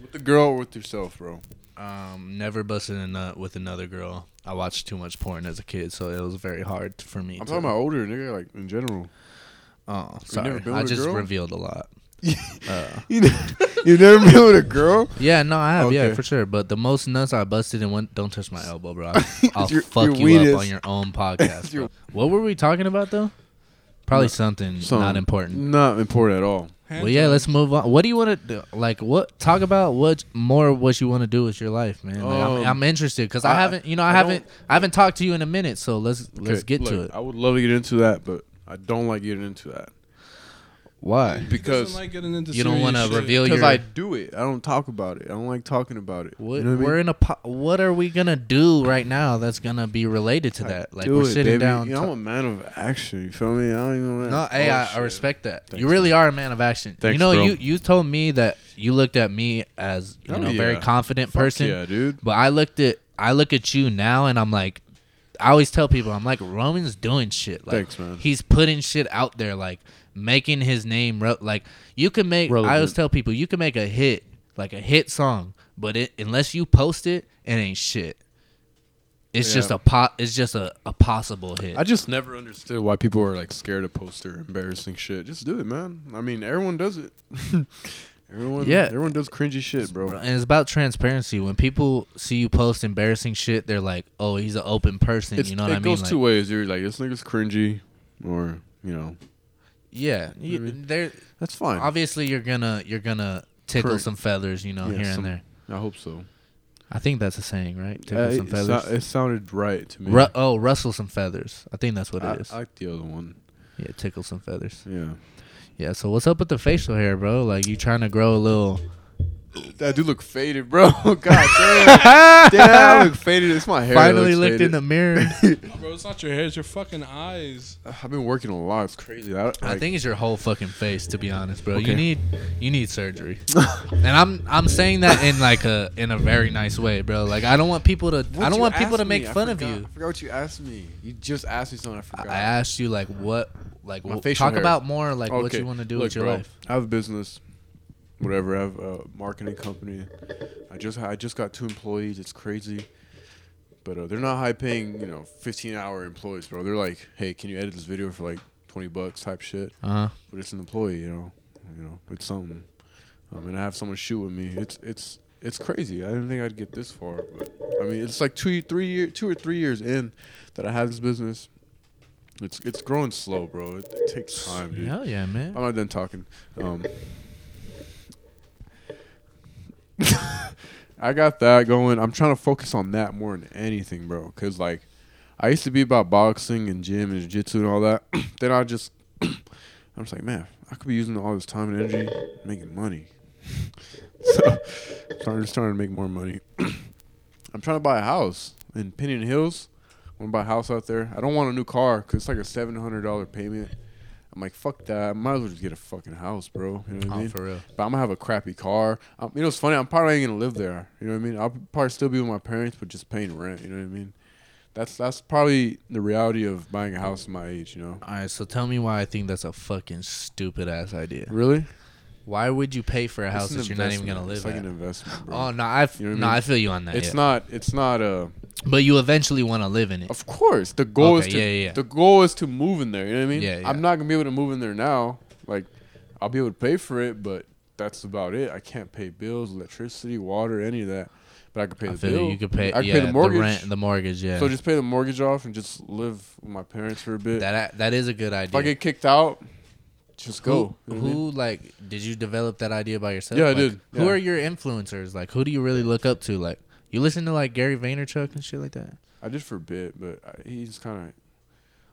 S1: with the girl or with yourself, bro.
S3: um, never busted a nut with another girl. I watched too much porn as a kid, so it was very hard for me.
S1: I'm
S3: to-
S1: talking about older nigga, like in general.
S3: Oh, sorry,
S1: never been
S3: I
S1: with a
S3: just
S1: girl?
S3: revealed a lot.
S1: <laughs>
S3: Uh,
S1: You you've never been with a girl?
S3: Yeah, no, I have. Yeah,
S1: Okay.
S3: for sure. But the most nuts I busted and one don't
S1: <laughs>
S3: touch my elbow, bro. I'll, I'll
S1: Your-
S3: fuck
S1: your
S3: you up
S1: weenus.
S3: on your
S1: <laughs>
S3: own podcast.
S1: Your-
S3: bro. What were we talking about though? Probably something
S1: Some-
S3: not important.
S1: Not important at all.
S2: Hand
S3: Well, yeah,
S2: job.
S3: let's move on. What do you want to do? Like, what? Talk about what more of what you want to do with your life, man. Like, I'm,
S1: Um,
S3: I'm interested because I,
S1: I-
S3: haven't, you know, I,
S1: I
S3: haven't,
S1: don't-
S3: I haven't talked to you in a minute. So let's let's
S1: Okay,
S3: get to
S1: look,
S3: it.
S1: I would love to get into that, but I don't like getting into that
S3: Why?
S1: because
S2: Doesn't like getting into
S3: You don't
S2: serious
S3: want to
S2: shit.
S3: reveal
S1: because
S3: your.
S1: I do it. I don't talk about it. I don't like talking about it.
S3: what,
S1: you know what I mean?
S3: we're in a. Po- what are we gonna do right now that's gonna be related to that? Like
S1: Do
S3: we're
S1: it,
S3: sitting
S1: baby.
S3: down.
S1: You know,
S3: ta-
S1: I'm a man of action. You feel me? I don't even. wanna-
S3: <laughs> No, hey,
S1: oh,
S3: I, I
S1: shit.
S3: respect that.
S1: Thanks,
S3: you really are a man of action. you
S1: Thanks,
S3: know,
S1: bro.
S3: you you told me that you looked at me as you
S1: Oh,
S3: know very
S1: yeah.
S3: confident
S1: Fuck
S3: person,
S1: Yeah, dude.
S3: but I looked at I look at you now and I'm like, I always tell people I'm like Roman's doing shit. Like
S1: Thanks, man.
S3: he's putting shit out there, like making his name. Re- like you can make. I always
S1: Relevant.
S3: tell people you can make a hit, like a hit song, but it unless you post it, it ain't shit. It's
S1: Yeah.
S3: just a pot. It's just a, a possible hit.
S1: I just never understood why people are like scared of poster embarrassing shit. Just do it, man. I mean, everyone does it. <laughs> everyone,
S3: Yeah.
S1: yeah, everyone does cringy shit, bro.
S3: And it's about transparency. When people see you post embarrassing shit, they're like, "Oh, he's an open person."
S1: It's-
S3: you know
S1: it
S3: what I mean?
S1: goes
S3: Like,
S1: two ways. You're like, this nigga's cringy, or you know,
S3: yeah, you, they're
S1: that's fine.
S3: obviously you're gonna you're gonna tickle
S1: Correct.
S3: some feathers, you know,
S1: Yeah,
S3: here and
S1: some-
S3: there.
S1: I hope so.
S3: I think that's a saying, right? Tickle
S1: Uh, it, it
S3: some feathers.
S1: sou- it sounded right to me.
S3: Ru- oh, rustle some feathers. I think that's what
S1: I,
S3: it is.
S1: I like the other one.
S3: yeah, tickle some feathers.
S1: Yeah,
S3: Yeah. So what's up with the facial hair, bro? Like you trying to grow a little?
S1: that dude look faded, bro. <laughs> God damn, damn,
S3: <laughs>
S1: I look faded. It's my hair. that
S3: Finally
S1: looks faded.
S3: looked in the
S1: <laughs>
S3: mirror.
S2: Nah, bro, it's not your hair, it's your fucking eyes.
S1: I've been working a lot. It's crazy. I,
S3: I
S1: <laughs>
S3: think it's your whole fucking face, to be honest, bro. You
S1: Okay.
S3: need you need surgery, and I'm I'm saying that in like a in a very nice way, bro. Like I don't want people to I don't want people to make fun of
S1: I
S3: you.
S1: forgot what you asked me. You just asked me something. I
S3: I
S1: forgot.
S3: asked you like what like
S1: My
S3: wh-
S1: facial
S3: talk
S1: hair.
S3: about more like what
S1: Okay,
S3: you want to do
S1: look,
S3: with your
S1: bro,
S3: life.
S1: I have a business, whatever. I have a marketing company. I just I just got two employees. It's crazy, but uh, they're not high paying. You know, fifteen hour employees, bro. They're like, hey, can you edit this video for like twenty bucks type shit?
S3: Uh huh.
S1: But it's an employee, you know. You know, it's something. Um, and I have someone shoot with me. It's it's it's crazy. I didn't think I'd get this far, but I mean, it's like two three year two or three years in that I have this business. It's it's growing slow, bro. It, it takes time, dude.
S3: Hell yeah, man.
S1: I'm not done talking. Um, <laughs> I got that going. I'm trying to focus on that more than anything, bro. Cause like, I used to be about boxing and gym and jiu-jitsu and all that. <clears throat> then I just, I'm just like, man, I could be using all this time and energy making money. <laughs> so, so I'm just trying to make more money. <clears throat> I'm trying to buy a house in Pinion Hills. I want to buy a house out there. I don't want a new car because it's like a seven hundred dollar payment. I'm like, fuck that. I might as well just get a fucking house, bro. You know what I
S3: Oh,
S1: mean?
S3: for real.
S1: But I'm gonna have a crappy car. Um, you know, it's funny. I'm probably ain't gonna live there. You know what I mean? I'll probably still be with my parents, but just paying rent. You know what I mean? That's that's probably the reality of buying a house at my age. You know.
S3: All right, so tell me why I think that's a fucking stupid ass idea.
S1: Really?
S3: Why would you pay for a house
S1: It's
S3: that
S1: an
S3: you're not even gonna
S1: investment.
S3: live
S1: It's like
S3: at?
S1: an investment, bro.
S3: Oh no, I
S1: You know what I
S3: no,
S1: mean?
S3: I feel you on that.
S1: it's
S3: yeah.
S1: not. It's not a.
S3: but you eventually want to live in it.
S1: Of course, the goal
S3: Okay,
S1: is to
S3: yeah, yeah, yeah.
S1: the goal is to move in there. You know what I mean?
S3: Yeah, yeah.
S1: I'm not gonna be able to move in there now. Like, I'll be able to pay for it, but that's about it. I can't pay bills, electricity, water, any of that. But I could pay
S3: I
S1: the
S3: feel
S1: bill.
S3: you. You could pay.
S1: I could
S3: yeah,
S1: pay the mortgage.
S3: rent, the mortgage. Yeah,
S1: So just pay the mortgage off and just live with my parents for a bit.
S3: that that is a good
S1: if I
S3: idea.
S1: get kicked out, just go.
S3: Who,
S1: You know what I mean?
S3: who, like did you develop that idea by yourself?
S1: Yeah, I
S3: Like,
S1: did,
S3: Who
S1: yeah.
S3: are your influencers? Like who do you really look up to? Like you listen to like Gary Vaynerchuk and shit like that.
S1: I did for a bit, but I, he's kind of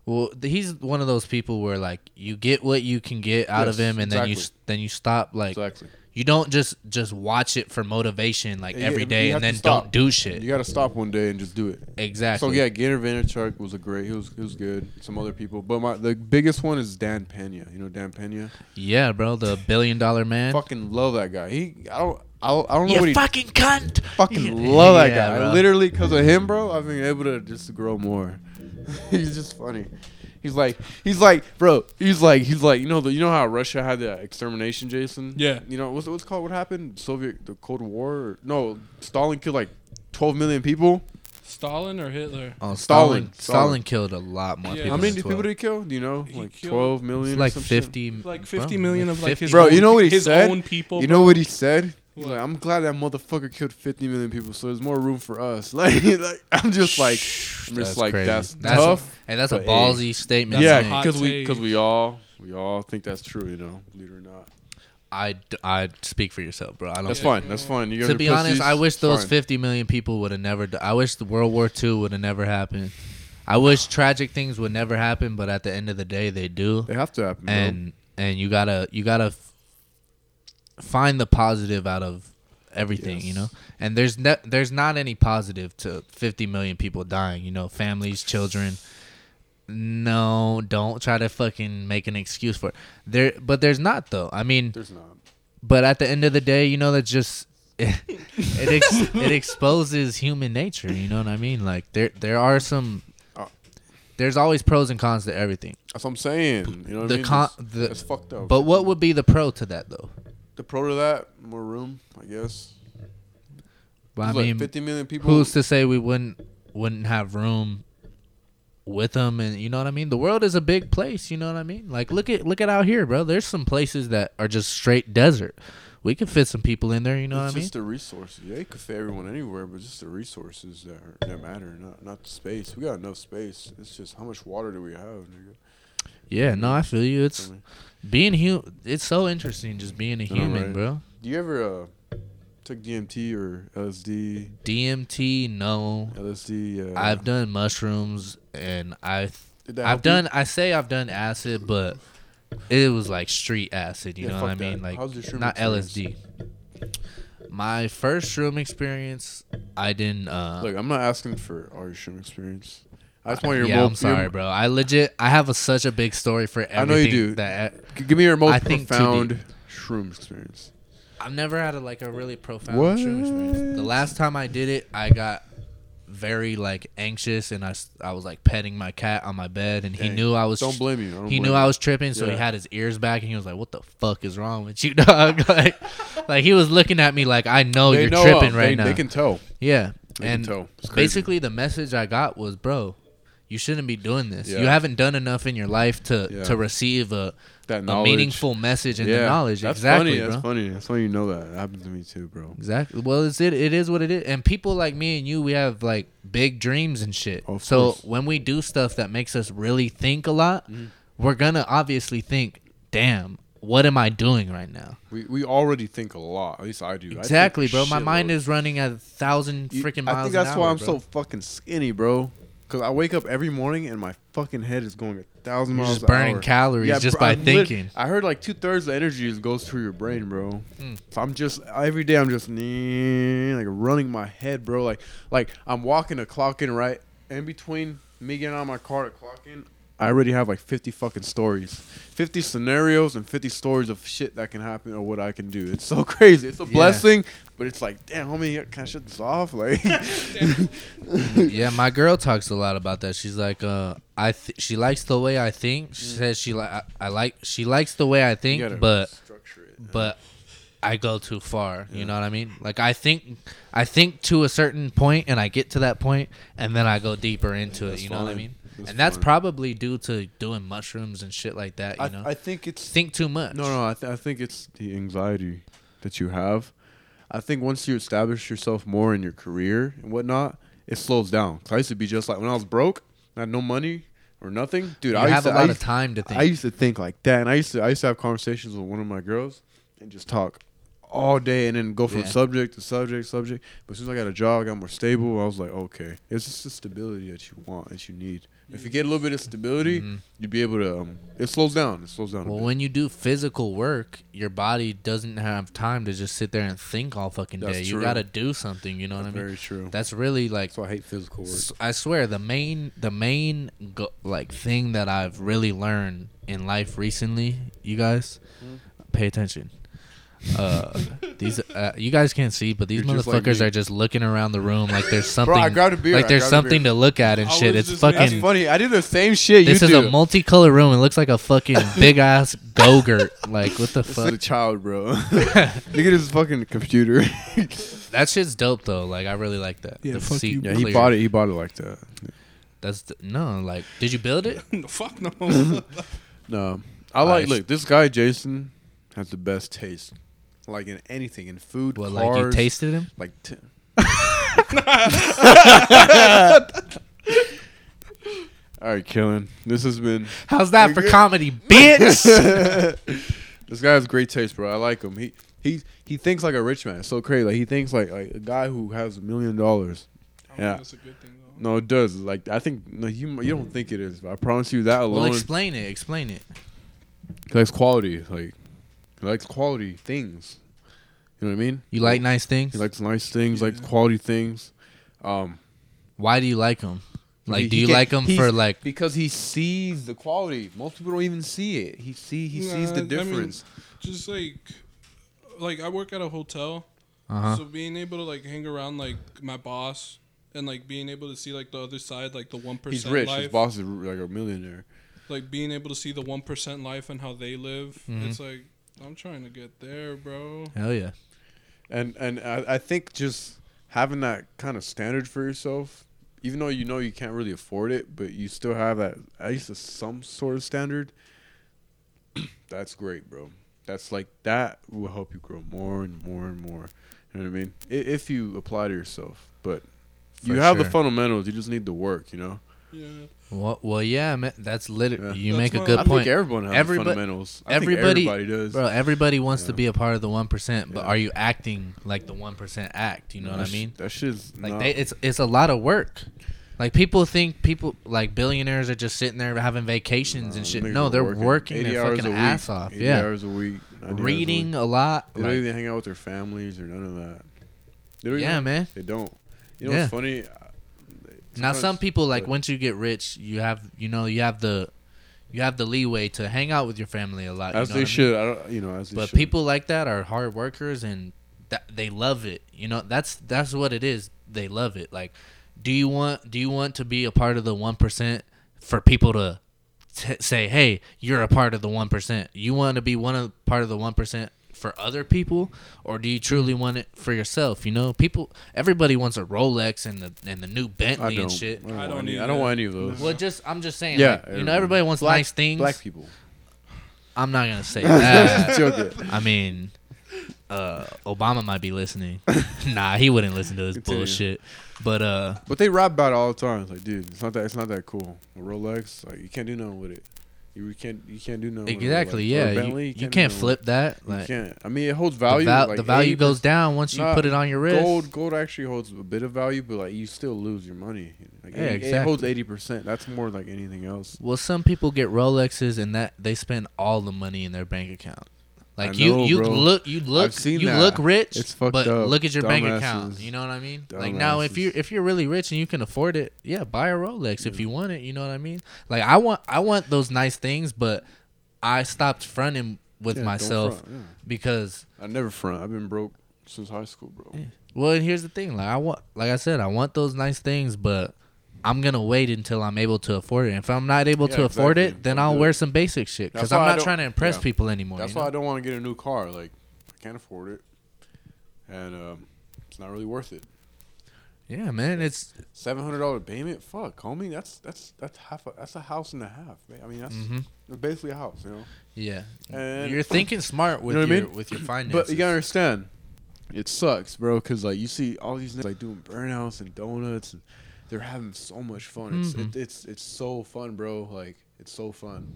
S3: Well, th- he's one of those people where like you get what you can get out of
S1: Yes,
S3: him, and then you
S1: exactly.
S3: s- then you stop. Like
S1: exactly.
S3: you don't just just watch it for motivation like
S1: Yeah,
S3: every
S1: you
S3: day,
S1: have
S3: and
S1: to
S3: then
S1: stop.
S3: don't do shit.
S1: You got to stop one day and just do it.
S3: exactly.
S1: So yeah, Gator Vaynerchuk was a great. He was he was good. Some other people, but my the biggest one is Dan Pena. You know Dan Pena.
S3: Yeah, bro, the billion dollar man.
S1: Fucking love that guy. He I don't I don't, I don't know
S3: you
S1: what he
S3: fucking cunt.
S1: fucking
S3: <laughs>
S1: love that
S3: Yeah,
S1: guy.
S3: bro.
S1: Literally because of him, bro. I've been able to just grow more. <laughs> he's just funny. He's like he's like bro. He's like he's like you know the, you know how Russia had the extermination, Jason.
S2: Yeah.
S1: You know what's what's called what happened? Soviet the Cold War. Or, no, Stalin killed like twelve million people.
S2: Stalin or Hitler?
S1: Stalin,
S3: Oh, Stalin. Stalin.
S1: Stalin.
S3: killed a lot more
S2: Yeah.
S3: people.
S1: How many
S3: than
S1: people
S3: 12.
S1: did he kill? Do you know?
S2: He
S1: Like
S2: killed-
S1: twelve million.
S3: It's
S1: or
S3: like
S1: some shit?
S3: fifty.
S2: Like
S3: Mm, fifty
S2: fifty
S3: million
S2: million of like
S3: 50.
S2: his
S1: Bro,
S2: own,
S1: you know what he
S2: his
S1: said?
S2: own people.
S1: You know what he said? He's
S2: What?
S1: like, I'm glad that motherfucker killed 50 million people, so there's more room for us. <laughs> Like, like I'm just like, I'm
S3: That's
S1: just like,
S3: crazy.
S1: that's,
S3: That's a-
S1: tough.
S3: Hey, that's a
S1: but, hey,
S3: ballsy statement.
S1: yeah,
S3: to make.
S2: hot
S1: because we,
S2: take.
S1: because we all, we all think that's true. You know, believe it or not.
S3: I, d- I speak for yourself, bro. I don't.
S1: That's
S3: care.
S1: fine. That's fine. You guys
S3: To
S1: are
S3: be honest,
S1: pussies,
S3: I wish
S1: it's
S3: those
S1: fine.
S3: 50 million people would have never. d- I wish the World War II would have never happened. I wish tragic things would never happen, but at the end of the day, they do.
S1: They have to happen. bro.
S3: And and you gotta you gotta f- find the positive out of everything, you
S1: Yes.
S3: know. And there's ne- there's not any positive to 50 million people dying. You know, families, children. No, don't try to fucking make an excuse for it. There, but there's not though. I mean,
S1: there's not.
S3: but at the end of the day, you know, that's just <laughs> it. Ex- it exposes human nature. You know what I mean? Like there, there are some. uh,
S1: Oh.
S3: There's always pros and cons to everything.
S1: That's what I'm saying. You know what
S3: The
S1: I mean?
S3: con-
S1: That's-
S3: the-
S1: that's fucked up.
S3: But what would be the pro to that though?
S1: the pro to that, more room, I guess.
S3: Well, I
S1: There's like
S3: mean,
S1: 50 million people.
S3: who's to say we wouldn't wouldn't have room with them? And you know what I mean? The world is a big place. You know what I mean? Like look at look at out here, bro. There's some places that are just straight desert. We could fit some people in there. You know
S1: it's
S3: what I mean?
S1: just the resources. Yeah, you could fit everyone anywhere, but just the resources that, are, that matter, not not the space. We got enough space. It's just how much water do we have, nigga?
S3: yeah. No, I feel you.
S1: I
S3: It's
S1: mean,
S3: being human. It's so interesting just being
S1: know,
S3: a human,
S1: right?
S3: bro.
S1: do you ever uh, take DMT or LSD?
S3: DMT, no.
S1: LSD. Uh,
S3: I've done mushrooms and I th-
S1: Did that
S3: I've
S1: help you?
S3: done I say I've done acid, but it was like street acid, you
S1: Yeah,
S3: know what I
S1: fuck that.
S3: mean? Like
S1: How's your shroom
S3: not
S1: experience?
S3: LSD. My first shroom experience, I didn't uh
S1: Look, I'm not asking for our shroom experience. I just want your.
S3: yeah,
S1: mo-
S3: I'm sorry,
S1: your-
S3: bro. I legit I have a, such a big story for everything
S1: I know you do.
S3: that
S1: G- Give me your most
S3: I think too
S1: profound shroom experience.
S3: I've never had a, like a really profound
S1: What?
S3: shroom experience. The last time I did it, I got very like anxious, and I, s- I was like petting my cat on my bed, and he
S1: Dang.
S3: knew I was.
S1: Don't blame you. I don't
S3: He
S1: blame
S3: knew I was tripping, so he
S1: Yeah.
S3: had his ears back, and he was like, "What the fuck is wrong with you, <laughs> dog?" like, like he was looking at me like, "I know
S1: They
S3: Oh, you're
S1: know,
S3: tripping
S1: uh,
S3: right
S1: they,
S3: now."
S1: They can tell.
S3: yeah,
S1: they can
S3: and
S1: tell. It's crazy.
S3: basically the message I got was, "Bro, you shouldn't be doing this. You
S1: Yeah.
S3: haven't done enough in your life to
S1: Yeah.
S3: to receive a."
S1: That
S3: A
S1: knowledge.
S3: meaningful message and the knowledge.
S1: That's
S3: exactly,
S1: funny.
S3: bro.
S1: That's funny. That's why you know that. It happened to me too, bro.
S3: Exactly. Well, it's it. It is what it is. And people like me and you, we have like big dreams and shit.
S1: Of
S3: so
S1: course.
S3: when we do stuff that makes us really think a lot,
S1: Mm-hmm.
S3: we're gonna obviously think, "Damn, what am I doing right now?"
S1: We we already think a lot. At least I do. I think
S3: exactly, bro. My
S1: shitload.
S3: mind is running at a thousand
S1: You-
S3: freaking miles.
S1: I think
S3: an
S1: that's
S3: hour,
S1: why I'm
S3: bro.
S1: so fucking skinny, bro. Cause I wake up every morning and my fucking head is going a 1000
S3: You're
S1: miles.
S3: just
S1: an
S3: burning
S1: hour.
S3: calories just
S1: bro,
S3: by
S1: I'm lit-
S3: thinking.
S1: I heard like two thirds of the energy just goes through your brain, bro.
S3: Mm.
S1: So I'm just every day I'm just "Nee," like running my head, bro. Like like I'm walking to clock in right in between me getting out of my car to clock in. I already have like 50 fucking stories, 50 scenarios, and 50 stories of shit that can happen or what I can do. It's so <laughs> crazy. It's a
S3: Yeah.
S1: blessing, but it's like, damn, homie, can I shut this off? <laughs>
S3: <laughs>
S1: Like,
S3: yeah, my girl talks a lot about that. She's like, uh, I th- she likes the way I think. She says she like I, I like she likes the way I
S1: <laughs> Mm. You
S3: think,
S1: gotta
S3: but
S1: structure it.
S3: but I go too far. You know what I mean? Like I think I think to a certain point and I get to that point and then I go deeper into it,
S1: That's
S3: you know what I
S1: fine.
S3: mean?
S1: That's
S3: and that's
S1: fine.
S3: probably due to doing mushrooms and shit like that, you know.
S1: I, I think it's
S3: think too much.
S1: No, no, I, th- I think it's the anxiety that you have. I think once you establish yourself more in your career and whatnot, it slows down. 'Cause I used to be just like when I was broke, I had no money or nothing, dude.
S3: You
S1: I used
S3: have
S1: to,
S3: a
S1: I
S3: lot of
S1: used-
S3: time to think.
S1: I used to think like that, and I used to I used to have conversations with one of my girls and just talk all day, and then go from
S3: Yeah.
S1: subject to subject, subject. But as soon as I got a job, I got more stable. I was like, okay, it's just the stability that you want, that you need. If you get a little bit of stability, you'd be able to. Um, it slows down. It slows down. a
S3: Mm-hmm. Well,
S1: bit.
S3: when you do physical work, your body doesn't have time to just sit there and think all fucking
S1: That's
S3: day.
S1: true.
S3: You gotta do something. You know what I mean?
S1: Very true.
S3: That's really like
S1: That's why I hate physical work.
S3: S- I swear the main the main go- like thing that I've really learned in life recently, you guys,
S1: Hmm?
S3: pay attention. Uh, these uh, you guys can't see, but these
S1: You're just like
S3: motherfuckers
S1: me.
S3: are just looking around the room like
S1: <laughs>
S3: there's something
S1: grabbed a beer,
S3: like
S1: I
S3: there's
S1: grabbed a
S3: something to look at and
S2: I
S3: shit.
S2: was
S3: It's
S2: just like-
S1: That's
S3: fucking.
S1: funny. I did the same shit
S3: This
S1: you
S3: is
S1: do.
S3: a multicolored room. It looks like a
S1: <laughs>
S3: fucking big ass go-gurt. Like what the
S1: this is a
S3: fuck?
S1: child, bro.
S3: <laughs>
S1: <laughs> Look at his fucking computer.
S3: That shit's dope though. Like I really like that.
S2: Yeah,
S3: The
S2: fuck
S3: seat
S2: you.
S1: yeah,
S3: clear.
S1: he bought it. He bought it like that.
S3: That's th- no. Like, did you build it?
S2: <laughs> Fuck no.
S1: No, I like.
S3: Nice.
S1: Look, this guy Jason has the best taste, like in anything, in food,
S3: Well,
S1: cars,
S3: like you tasted him.
S1: like
S3: <laughs>
S1: t- <laughs> All right, Kellen. This has been.
S3: How's that for
S1: <laughs>
S3: comedy, bitch?
S1: this guy has great taste, bro. I like him. He he he thinks like a rich man. It's so crazy. Like he thinks like, like a guy who has a million dollars. <laughs> Yeah.
S2: That's a good thing though.
S1: No, it does. Like I think no, you you don't think it is, but I promise you that
S3: well,
S1: alone.
S3: explain it. Explain it.
S1: he likes quality, like he likes quality things. You know what I mean?
S3: You like nice things.
S1: He likes nice things, likes
S2: Yeah.
S1: quality things. Um,
S3: Why do you like them? Like,
S1: he-
S3: do
S1: he
S3: you
S1: can-
S3: like them
S1: he's-
S3: for like?
S1: because he sees the quality. Most people don't even see it. He see he sees the
S2: Nah, I mean,
S1: difference.
S2: just like, like I work at a hotel,
S3: Uh
S1: Uh-huh.
S3: huh.
S2: so being able to like hang around like my boss and like being able to see like the other side, like the one percent.
S1: He's rich.
S2: Life,
S1: His boss is like a millionaire.
S2: like being able to see the one percent life and how they live.
S1: Mm-hmm.
S2: It's like I'm trying to get there, bro.
S3: Hell yeah.
S1: and and I, I think just having that kind of standard for yourself even though you know you can't really afford it but you still have that at least a, some sort of standard <clears throat> that's great bro that's like that will help you grow more and more and more you know what i mean I- if you apply to yourself but
S3: For
S1: you have the
S3: sure.
S1: fundamentals you just need the work you know
S2: Yeah,
S3: Well, well yeah. Man, that's
S1: Yeah.
S3: literally. You
S2: That's
S3: make a
S2: why-
S3: good
S1: i
S3: point,
S1: think everyone has
S3: Everybo-
S1: the fundamentals I
S3: everybody-
S1: think everybody does
S3: bro. Everybody wants to
S1: Yeah.
S3: be a part of the one percent, but
S1: Yeah.
S3: are you acting like the one percent act? You know what
S1: That
S3: I
S1: sh-
S3: mean?
S1: that shit's
S3: Like
S1: not-
S3: they, it's it's a lot of work. Like people think people like billionaires are just sitting there having vacations and shit.
S1: Uh, niggas
S3: No,
S1: are
S3: they're working,
S1: 80
S3: their
S1: hours a
S3: fucking
S1: week,
S3: ass off.
S1: 80
S3: Yeah,
S1: hours a week 90 hours a
S3: reading a lot.
S1: They don't
S3: like-
S1: even hang out with their families or none of that. They don't
S3: yeah,
S1: even-
S3: man.
S1: They don't. You know
S3: Yeah.
S1: what's funny?
S3: Now some
S1: Sometimes-
S3: people like
S1: but-
S3: once you get rich, you have you know you have the you have the leeway to hang out with your family a
S1: as
S3: lot. you know
S1: they
S3: what I mean?
S1: should. I don't. You know, as they
S3: But
S1: should.
S3: people like that are hard workers and that they love it. You know that's that's what it is. They love it. Like, do you want do you want to be a part of the one percent for people to t- say, hey, you're a part of the one percent? You want to be one of part of the one percent for other people, or do you truly want it for yourself? You know, people, everybody wants a Rolex and the and the new
S1: I
S3: Bentley
S1: don't.
S3: and shit.
S1: I don't,
S2: I
S1: want,
S2: don't
S1: any, I
S2: either.
S1: don't want any of those.
S3: Well, just I'm just saying.
S1: Yeah,
S3: like, you know,
S1: everybody.
S3: everybody wants nice things.
S1: Black people.
S3: <laughs> I'm not
S1: <laughs>
S3: gonna say
S1: Just
S3: that.
S1: joking.
S3: I mean, uh, Obama might be listening. <laughs> nah, he wouldn't listen to this
S1: Continue.
S3: bullshit. But uh,
S1: But they rap about it all the time. It's like, dude, it's not that. It's not that cool. A Rolex, like you can't do nothing with it. You can't. You can't do nothing.
S3: exactly,
S1: With a Rolex. Or a
S3: yeah, you,
S1: Bentley,
S3: you can't,
S1: do nothing
S3: flip
S1: with
S3: that.
S1: it.
S3: Like
S1: you can't. I mean, it holds
S3: the
S1: value.
S3: val-
S1: like,
S3: the value
S1: 80%.
S3: goes down once you
S1: Nah,
S3: put it on your wrist.
S1: Gold, gold actually holds a bit of value, but like you still lose your money. Like,
S3: Yeah,
S1: it, it
S3: exactly.
S1: holds eighty percent. That's more like anything else.
S3: Well, some people get Rolexes and that they spend all the money in their bank account. Like
S1: I
S3: you,
S1: know,
S3: you
S1: bro.
S3: look, you look,
S1: seen
S3: you
S1: that.
S3: look rich,
S1: It's fucked
S3: but
S1: up.
S3: look at your bank account.
S1: Dumbasses.
S3: You know what I mean? Like now, if you
S1: Dumbasses.
S3: if you're really rich and you can afford it, yeah, buy a Rolex if you want it. You know what I mean? Like I want, I want those nice things, but I stopped fronting with
S1: Yeah, don't
S3: myself
S1: front,
S3: because
S1: yeah. I never front. I've been broke since high school, bro.
S3: well, and here's the thing. Like I want, like I said, I want those nice things, but I'm gonna wait until I'm able to afford it. If I'm not able
S1: Yeah,
S3: to afford
S1: exactly.
S3: it, then
S1: Don't
S3: I'll
S1: do
S3: wear
S1: it.
S3: some basic shit because
S1: That's
S3: I'm
S1: why I
S3: not
S1: don't-
S3: trying to impress
S1: yeah.
S3: people anymore.
S1: That's
S3: you know?
S1: why I don't want to get a new car. Like I can't afford it, and um, it's not really worth it.
S3: yeah, man, it's
S1: Seven hundred dollar payment, fuck, homie. That's that's that's half. A, that's a house and a half. Man. I mean, that's,
S3: Mhm.
S1: that's basically a house, you know.
S3: yeah.
S1: And-
S3: You're thinking smart with
S1: know what I
S3: your
S1: mean?
S3: with your finances.
S1: But you gotta understand, it sucks, bro. Cause like you see all these niggas like doing burnouts and donuts, and they're having so much fun. It's
S3: Mm-hmm.
S1: it, it's it's so fun, bro. Like it's so fun,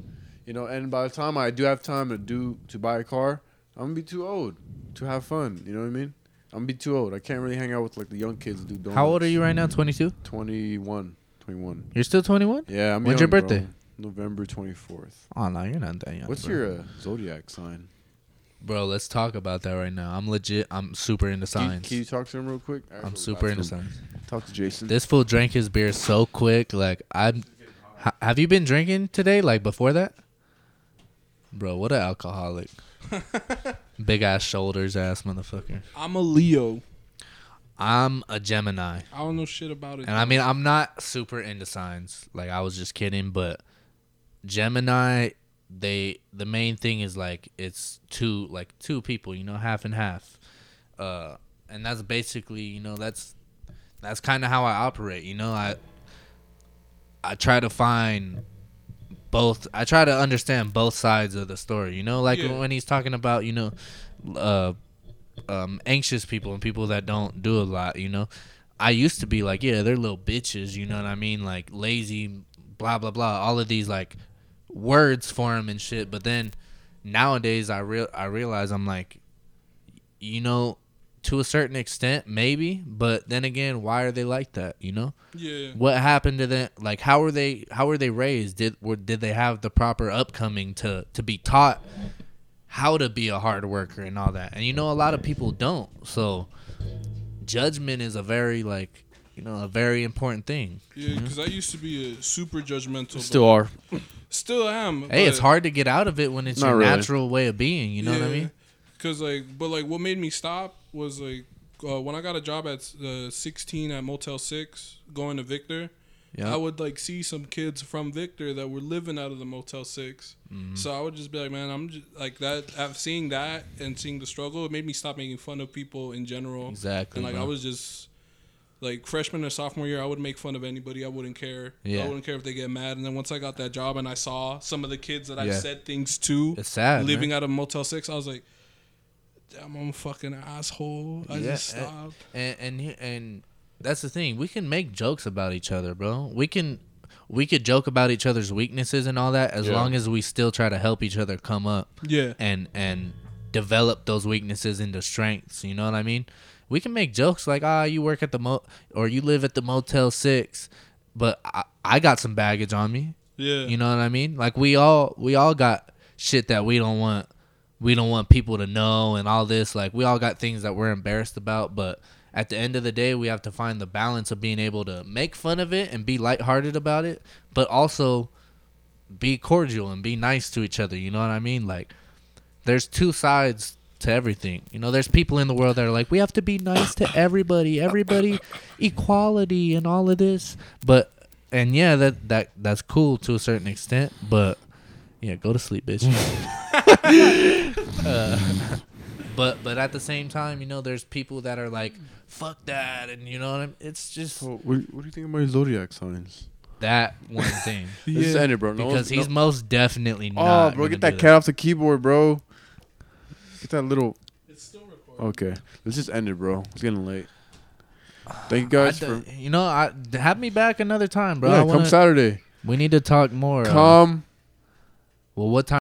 S1: you know. And by the time I do have time to do to buy a car, I'm gonna be too old to have fun. You know what I mean? I'm gonna be too old. I can't really hang out with like the young kids and do donuts.
S3: How old are you right now? 22.
S1: 21. 21.
S3: You're still 21?
S1: Yeah, I'm
S3: When's your
S1: young, bro.
S3: birthday?
S1: November 24th.
S3: Oh no, you're not that young.
S1: What's
S3: bro.
S1: your uh, zodiac sign?
S3: bro? Let's talk about that right now. I'm legit. I'm super into
S1: Can you-
S3: science.
S1: Can you, talk to him real quick? I
S3: I'm
S1: gotta go to the
S3: super into
S1: bathroom.
S3: science.
S1: Talk to Jason.
S3: This fool drank his beer so quick. Like I'm. Ha- have you been drinking today? Like before that? Bro, what an alcoholic. Big ass shoulders, ass motherfucker.
S2: I'm a Leo.
S3: I'm a Gemini,
S2: I don't know shit about it.
S3: and I mean I'm not super into signs. Like I was just kidding, but Gemini, they the main thing is like it's two like two people, you know, half and half. Uh, and that's basically you know that's that's kind of how I operate. You know, I I try to find both. I try to understand both sides of the story. You know, like
S2: Yeah.
S3: when he's talking about you know, uh, um, anxious people and people that don't do a lot. You know, I used to be like, yeah, they're little bitches. You know what I mean? Like lazy, blah blah blah. All of these like words for him and shit. But then nowadays, I real I realize I'm like, you know. To a certain extent, maybe, but then again, why are they like that? You know,
S2: yeah.
S3: what happened to them like how were they how were they raised did were, did they have the proper upcoming to to be taught how to be a hard worker and all that and you know a lot of people don't so judgment is a very like you know a very important thing
S2: Yeah, because I used to be a super judgmental. but-
S1: Still are.
S2: Still am.
S3: hey
S2: but-
S3: it's hard to get out of it when it's
S1: Not
S3: your
S1: really.
S3: natural way of being you know what i mean
S2: Because like, but like, what made me stop was like uh, when I got a job at uh, 16 at Motel Six, going to Victor.
S3: Yeah.
S2: I would like see some kids from Victor that were living out of the Motel 6
S3: Mm-hmm.
S2: So I would just be like, man, I'm just like that. After seeing that and seeing the struggle, it made me stop making fun of people in general.
S3: Exactly,
S2: And like
S3: bro.
S2: I was just like freshman or sophomore year, I would make fun of anybody. I wouldn't care.
S3: Yeah.
S2: I wouldn't care if they get mad. And then once I got that job and I saw some of the kids that I
S3: Yeah.
S2: said things to,
S3: It's sad,
S2: Living
S3: man.
S2: out of Motel Six, I was like, damn, I'm a fucking asshole. I
S3: Yeah, eh.
S2: just
S3: and-
S2: stopped.
S3: and and he- and that's the thing. We can make jokes about each other, bro. We can we could joke about each other's weaknesses and all that as
S1: Yeah.
S3: long as we still try to help each other come up.
S2: <laughs> Yeah.
S3: And and develop those weaknesses into strengths, you know what I mean? We can make jokes like, "Ah, you work at the mo or you live at the Motel 6, but I, I got some baggage on me."
S2: Yeah.
S3: You know what I mean? Like we all we all got shit that we don't want we don't want people to know and all this. Like we all got things that we're embarrassed about, but at the end of the day, we have to find the balance of being able to make fun of it and be lighthearted about it, but also be cordial and be nice to each other. You know what I mean? Like there's two sides to everything. You know, there's people in the world that are like, we have to be nice to everybody, everybody, equality, and all of this. But and yeah, that that that's cool to a certain extent. But yeah, go to sleep, bitch.
S1: Mm.
S3: <laughs> Uh, but but at the same time, you know, there's people that are like, fuck that, and you know what I mean. It's just
S1: So, Oh, what, what do you think about your zodiac signs?
S3: that one
S1: <laughs>
S3: thing
S1: This is ended, bro. No
S3: because
S1: one's-
S3: he's
S1: no-
S3: most definitely
S1: oh,
S3: not.
S1: bro, get
S3: gonna
S1: that
S3: do
S1: cat off the keyboard, bro. Get that little.
S2: It's still recording.
S1: Okay, let's just end it, bro. It's getting late. Thank you guys
S3: I
S1: for.
S3: d- you know, I have me back another time, bro. I
S1: yeah,
S3: wanna-
S1: come Saturday.
S3: We need to talk more. uh,
S1: Come.
S3: Well, what time?